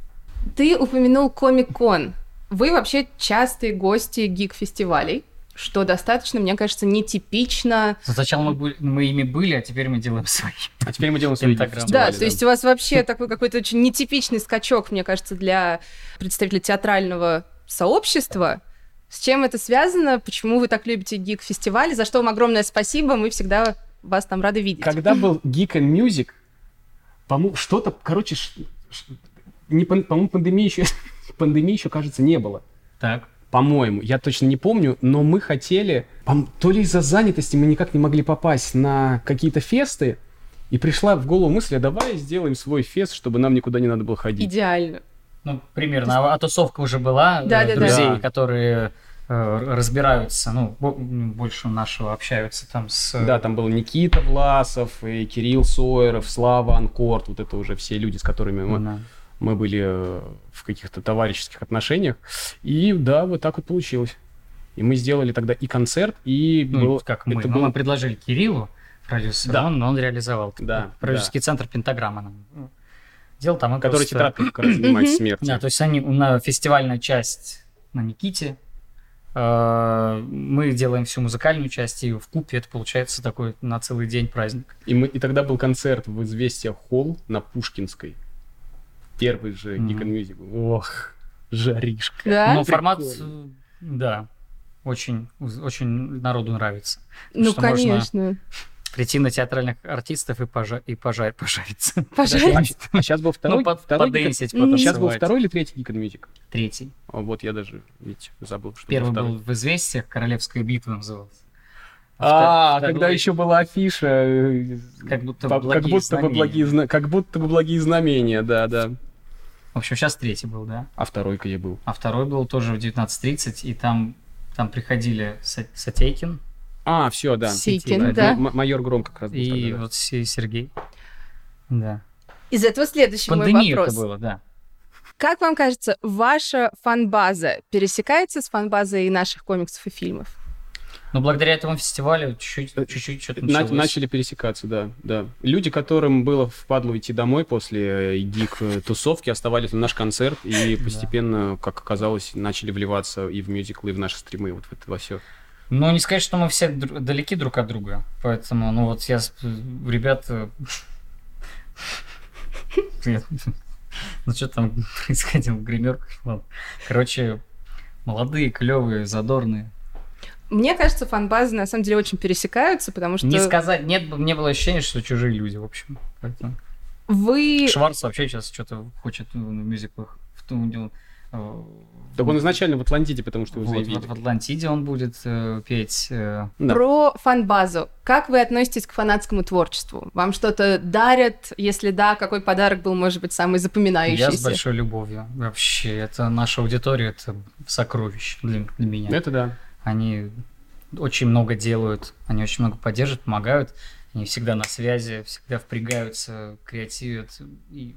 Ты упомянул Комик-кон. Вы вообще частые гости гик-фестивалей, что достаточно, мне кажется, нетипично.
Сначала мы, были- мы ими были, а теперь мы делаем свои. *laughs*
А теперь мы делаем свои
Пентаграмма.
Да,
фестивали,
то есть у вас
Хм.
вообще такой какой-то очень нетипичный скачок, мне кажется, для представителя театрального сообщества. С чем это связано? Почему вы так любите гик-фестивали? За что вам огромное спасибо, мы всегда вас там рады видеть.
Когда был Geek and Music, по-моему, что-то, короче, ш- ш- не, пан- по-моему, пандемии еще, *laughs* пандемии еще, кажется, не было.
Так.
По-моему, я точно не помню, но мы хотели, пом- то ли из-за занятости мы никак не могли попасть на какие-то фесты, и пришла в голову мысль, а давай сделаем свой фест, чтобы нам никуда не надо было ходить.
Идеально.
Ну, примерно. А, а тусовка уже была э,
Да-да-да.
друзей,
Да.
которые э, р- разбираются, ну, бо- м, больше нашего общаются там с... э,
Да, там был Никита Власов, и Кирилл Сойеров, Слава Анкорт, вот это уже все люди, с которыми мы
ну, на-
мы были э, в каких-то товарищеских отношениях. И да, вот так вот получилось. И мы сделали тогда и концерт, и
ну,
был-
как мы.
это
Ну,
был-
Мы предложили Кириллу, продюсеру,
Да.
он, но он реализовал.
Да,
Продюсерский центр Пентаграмма. нам э, Делал там. он
который
просто-
тетрадкой
*clears throat*
как раз занимается
Мгм.
смертью.
Да, то есть они на фестивальная часть на Никите. э, Мы делаем всю музыкальную часть, и в купе это получается такой на целый день праздник.
И, мы, и тогда был концерт в «Известия Холл» на Пушкинской. Первый же
Мгм.
Geek and Music. был. Ох, жаришка.
Да?
Прикольно.
Но формат, э, да, очень, очень народу нравится.
ну,
что можно-
конечно.
Прийти на театральных артистов и, пожа... и пожар...
*laughs*
пожариться.
Пожарить?
А сейчас был второй,
Ну, по-
второй Geek and-
поденсить,
Мгм.
Сейчас был
потанцевать.
второй или третий Geek and Music?
Третий.
А Вот я даже, видите, забыл, что был
Первый
второй.
был в «Известиях», «Королевская битва» назывался.
А,
вто-
когда
второй-
еще была афиша, э,
Как будто
по-
благие
как будто бы
знамения.
благие зна- как будто бы благие знамения, да, да.
В общем, сейчас третий был, да?
А второй-ка я был.
А второй был тоже в 19.30, и там, там приходили Са- Сатейкин
А, все, да.
Сикин,
М-
да.
м- майор Гром как раз был
и
тогда, да.
вот Се- Сергей. Да.
Из этого следующий мой
Пандемия
вопрос.
это было, да.
Как вам кажется, ваша фанбаза пересекается с фанбазой наших комиксов и фильмов?
Но благодаря этому фестивалю чуть-чуть, чуть-чуть что-то
На-
началось.
начали пересекаться, да, да. Люди, которым было впадло идти домой после э, гик-тусовки, оставались на наш концерт и
Да.
постепенно, как оказалось, начали вливаться и в мюзиклы, и в наши стримы, вот в это во все.
Ну, не сказать, что мы все дру- далеки друг от друга. Поэтому, ну вот я, с- ребят... э, я- Ну, что там *laughs* происходило в гримерках? Ладно. Короче, молодые, клевые, задорные.
Мне кажется, фанбазы на самом деле очень пересекаются, потому что
Не сказать, нет, б- не было ощущения, что чужие люди, в общем. Как-то.
вы...
Шварц вообще сейчас что-то хочет ну, в мюзиклах. В том, где он, э,
Так он изначально в Атлантиде, потому что его
вот,
заявили.
вот в Атлантиде он будет э, петь. э,
Да.
Про фанбазу. Как вы относитесь к фанатскому творчеству? Вам что-то дарят? Если да, какой подарок был, может быть, самый
я
запоминающийся?
с большой любовью. Вообще, это наша аудитория, это сокровище для, для меня.
Это да.
Они очень много делают, они очень много поддерживают, помогают. Они всегда на связи, всегда впрягаются, креативят. И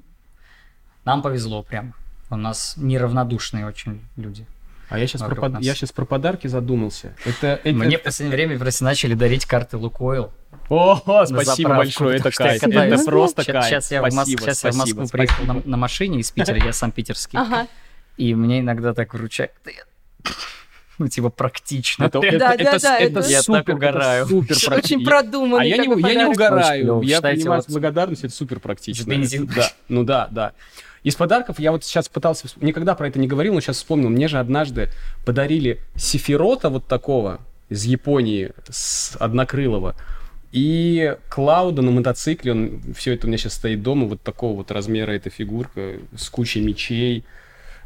нам повезло прям. У нас неравнодушные очень люди.
А я сейчас, про,
Вокруг
под-
нас.
я сейчас про подарки задумался. Это, это-
Мне в последнее время просто начали дарить карты Лукойл.
О,
на
спасибо
заправку,
большое, это
потому что я
кайф.
катаюсь.
Это просто кайф.
Сейчас я в Мос-
Спасибо,
щас я в
спасибо,
Москву
спасибо.
приехал на, на машине из Питера, я сам питерский.
Ага.
И мне иногда так вручают. Да я- *laughs* Ну, типа, практично.
Это, это,
Да,
это,
да, да,
это
это-
Я так
супер, это
угораю.
супер
Очень
практично. А
продуманный
я
такой
не, я не
подарок.
Очень
угораю,
клёво.
я
Читайте
принимаю с
ну, вот.
благодарностью, это супер практично.
С бензин.
Да, ну да, да. Из подарков я вот сейчас пытался, всп- никогда про это не говорил, но сейчас вспомнил, мне же однажды подарили сифирота вот такого из Японии, с однокрылого, и Клауда на мотоцикле, он, все это у меня сейчас стоит дома, вот такого вот размера эта фигурка, с кучей мечей,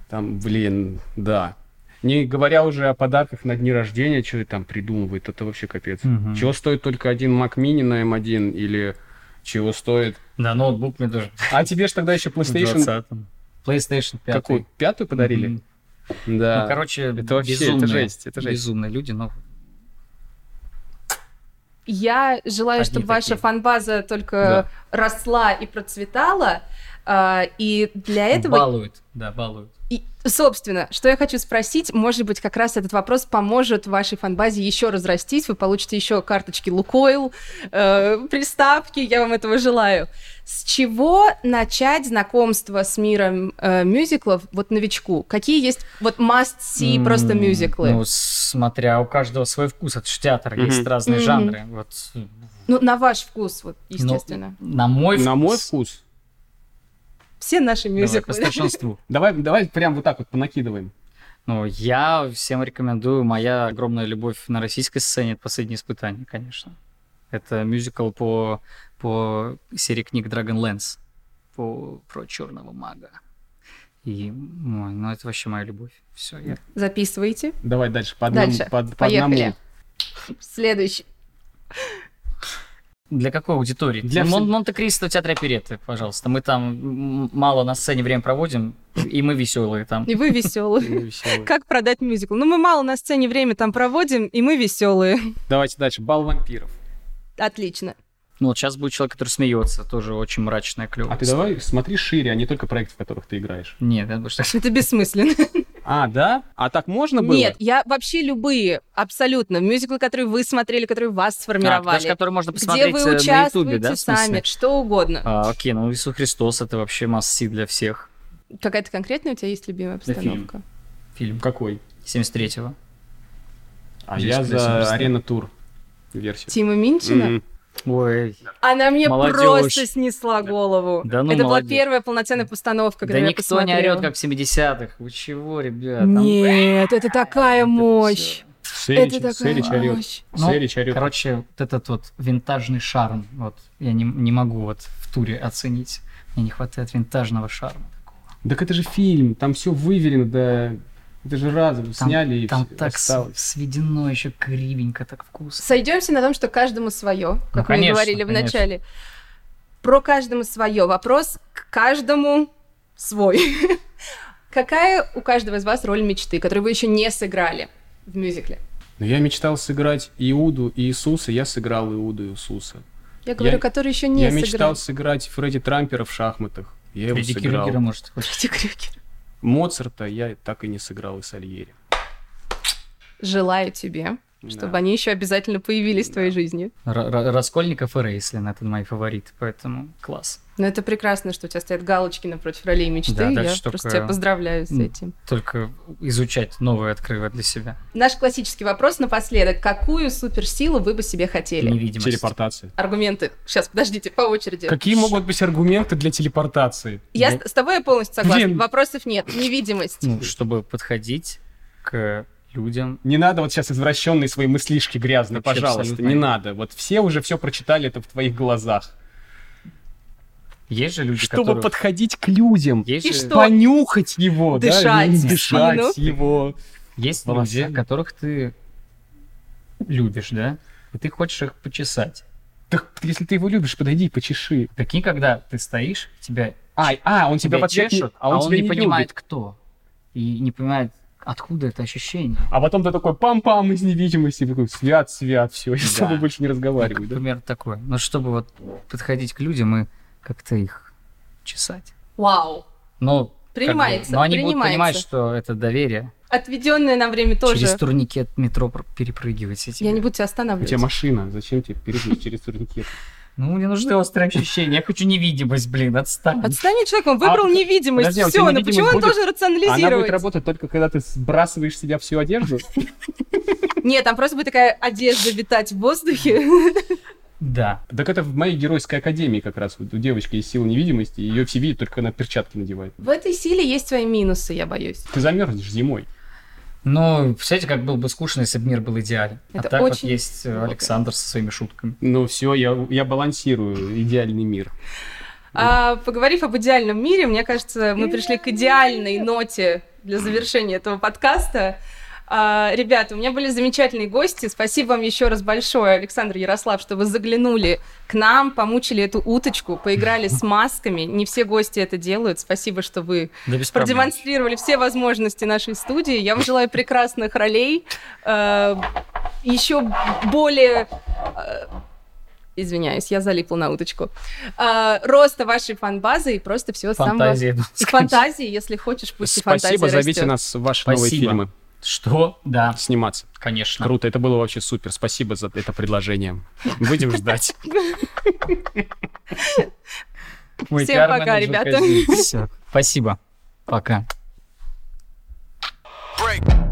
там, блин, да. Не говоря уже о подарках на дни рождения, что там придумывает, это вообще капец.
Мгм.
Чего стоит только один Mac Mini на M1 или чего стоит?
Да, ноутбук мне тоже.
А тебе же тогда *laughs* еще
В
PlayStation
20-м. PlayStation 5.
какую? Пятую
Мгм.
подарили? Да.
Ну, короче,
Это вообще, это
безумные,
жесть, это жесть.
безумные люди, но
Я желаю,
Одни
чтобы
такие.
ваша фанбаза только росла и процветала. а, И для этого
балуют, да, балуют.
И, собственно, что я хочу спросить, может быть, как раз этот вопрос поможет вашей фанбазе еще разрастись, вы получите еще карточки Лукойл, э, приставки, я вам этого желаю. С чего начать знакомство с миром э, мюзиклов вот новичку? Какие есть вот must-see
М,
просто мюзиклы?
Ну, смотря, у каждого свой вкус, это же театр,
Мгм.
есть разные
Мгм.
жанры. Вот, ну,
Ну, на ваш вкус, вот, естественно.
на мой вкус,
На мой вкус.
Все наши
давай,
мюзиклы.
по старшинству.
Давай, давай прям вот так вот понакидываем.
Ну, я всем рекомендую, моя огромная любовь на российской сцене, это «Последнее испытание», конечно. Это мюзикл по, по серии книг Dragonlance, по, про черного мага. И, ой, ну, это вообще моя любовь. Все, я
Записывайте.
Давай дальше по одному.
Дальше.
по- по
Поехали.
одному.
Следующий.
Для какой аудитории?
Для
Для
вс-
Монте-Кристо театра оперетты, пожалуйста. Мы там м, мало на сцене время проводим, и мы веселые там.
И вы
*laughs*
веселые.
Ну, весёлый.
Как продать мюзикл? Ну, мы мало на сцене время там проводим, и мы веселые.
Давайте дальше. Бал вампиров.
Отлично.
Ну вот сейчас будет человек, который смеется, тоже очень мрачная клёвая.
А ты давай смотри шире, а не только проекты, в которых ты играешь.
Нет, это что
*laughs* Это бессмысленно.
А, да? А так можно было?
Нет, я вообще любые, абсолютно, мюзиклы, которые вы смотрели, которые вас
А,
сформировали,
даже который можно
где
посмотреть
вы
э, на ютубе,
участвуете
да, в смысле?
сами, что угодно.
А, окей, ну Иисус Христос это вообще масси для всех.
Какая-то конкретная у тебя есть любимая
Да, фильм.
обстановка?
Фильм
Какой?
73-го.
А
Здесь
я
красиво
за
написано.
Арена Тур версию. М-м.
Тима Минчина?
Мгм.
Ой.
Она мне
Молодежь.
просто снесла голову.
Да ну,
Это была
молодец.
первая полноценная постановка,
да
когда я
никто не
посмотрела.
орет, как в 70-х. Вы чего, ребят? Там-
Нет, это такая
Это
мощь.
всё.
Сэрич,
Это такая
Сэрич орёт.
мощь.
Ну,
Сэрич орёт.
Короче, вот этот вот винтажный шарм, вот я не, не могу вот в туре оценить. Мне не хватает винтажного шарма.
Так это же фильм, там все выверено, да. Это же разом
Там,
сняли и
там
всё
так с-
осталось.
сведено еще кривенько, так вкусно.
Сойдемся на том, что каждому свое, как мы и
Ну, конечно,
говорили в
конечно.
начале. Про каждому свое. Вопрос к каждому свой. *laughs* Какая у каждого из вас роль мечты, которую вы еще не сыграли в мюзикле?
Но я мечтал сыграть Иуду и Иисуса, я сыграл Иуду и Иисуса.
Я говорю,
Я-
которую еще не
я
сыграл.
мечтал
*laughs*
сыграть Фредди Трампера в шахматах. Я его
Фредди
сыграл.
Крюгера, может, хочешь.
Фредди Крюгер.
Моцарта я так и не сыграл и Сальери.
Желаю тебе чтобы они еще обязательно появились в твоей жизни.
Р- Р- Раскольников и Рейслин — это мои фавориты, поэтому класс.
Но это прекрасно, что у тебя стоят галочки напротив ролей мечты.
Да, так
я
что
просто
к-
тебя поздравляю с
М.
этим.
Только изучать новое открывать для себя.
Наш классический вопрос напоследок. Какую суперсилу вы бы себе хотели?
Невидимость.
Телепортация.
Аргументы. Сейчас, подождите, по очереди.
Какие могут быть аргументы для телепортации?
Я
Ну.
с с тобой я полностью согласна.
Блин.
Вопросов нет. Невидимость.
Ну, чтобы подходить к людям.
Не надо вот сейчас извращенные свои мыслишки грязные,
Вообще
пожалуйста,
абсолютно
не
нет.
надо. Вот все уже все прочитали это в твоих глазах.
Есть же люди,
Чтобы
которые...
подходить к людям,
Есть,
И
же-
что?
понюхать его, да,
Дышать Ну.
и
в спину.
дышать его.
есть
Волосами.
люди, которых ты любишь, да? И ты хочешь их почесать.
Так если ты его любишь, подойди и почеши.
Такие, когда ты стоишь, тебя,
А, а он тебя,
тебя
вообще
чешут,
а он, тебя
не,
не,
понимает,
любит.
кто. И не понимает, откуда это ощущение.
А потом ты такой пам-пам из невидимости, такой свят, свят, все, я с
Да.
тобой больше не разговариваю. да?
Например, такое. Но чтобы вот подходить к людям и как-то их чесать.
Вау.
Но как бы,
Принимается,
ну,
но они будут
принимается.
понимать, что это доверие.
Отведенное нам время тоже.
Через турникет метро пр- перепрыгивать эти.
Я не буду
У
тебя останавливать.
тебя машина, зачем тебе пережить через турникет?
Ну, мне нужны острые ощущения. Я хочу невидимость, блин, отстань.
Отстань от человека, он выбрал
А,
невидимость.
подожди, а у тебя
Все, но почему
невидимость
он
будет?
должен
Она будет
рационализировать?
работать только когда ты сбрасываешь с себя всю одежду.
Нет, там просто будет такая одежда витать в воздухе.
Да.
Так это в моей геройской академии как раз. Вот у девочки есть сила невидимости, ее все видят только когда она перчатки надевает.
*laughs* В этой силе есть свои минусы, я боюсь.
Ты замерзнешь зимой.
Ну, представляете, как было бы скучно, если бы мир был идеален.
Это
а так
очень
вот есть э,
глубоко.
Александр со своими шутками.
Ну все, я, я балансирую идеальный мир.
А, поговорив об идеальном мире, мне кажется, мы пришли к идеальной ноте для завершения этого подкаста. А, ребята, у меня были замечательные гости. Спасибо вам еще раз большое, Александр Ярослав, что вы заглянули к нам, помучили эту уточку, поиграли с масками. Не все гости это делают. Спасибо, что вы
Да без проблем.
продемонстрировали все возможности нашей студии. Я вам желаю прекрасных ролей, э, еще более... э, Извиняюсь, я залипла на уточку. э, Роста вашей фанбазы и просто всего самого...
Фантазии. ну,
И
скажи.
фантазии, если хочешь, пусть и фантазия
Спасибо, зовите
растет.
нас в ваши новые
Спасибо.
фильмы
Что? Да,
сниматься.
конечно.
Круто, это было вообще супер. Спасибо за это предложение. Будем ждать.
Мой
Всем
пиар-менеджер
пока, ребята.
Казин. Всё. Спасибо. Пока.
break.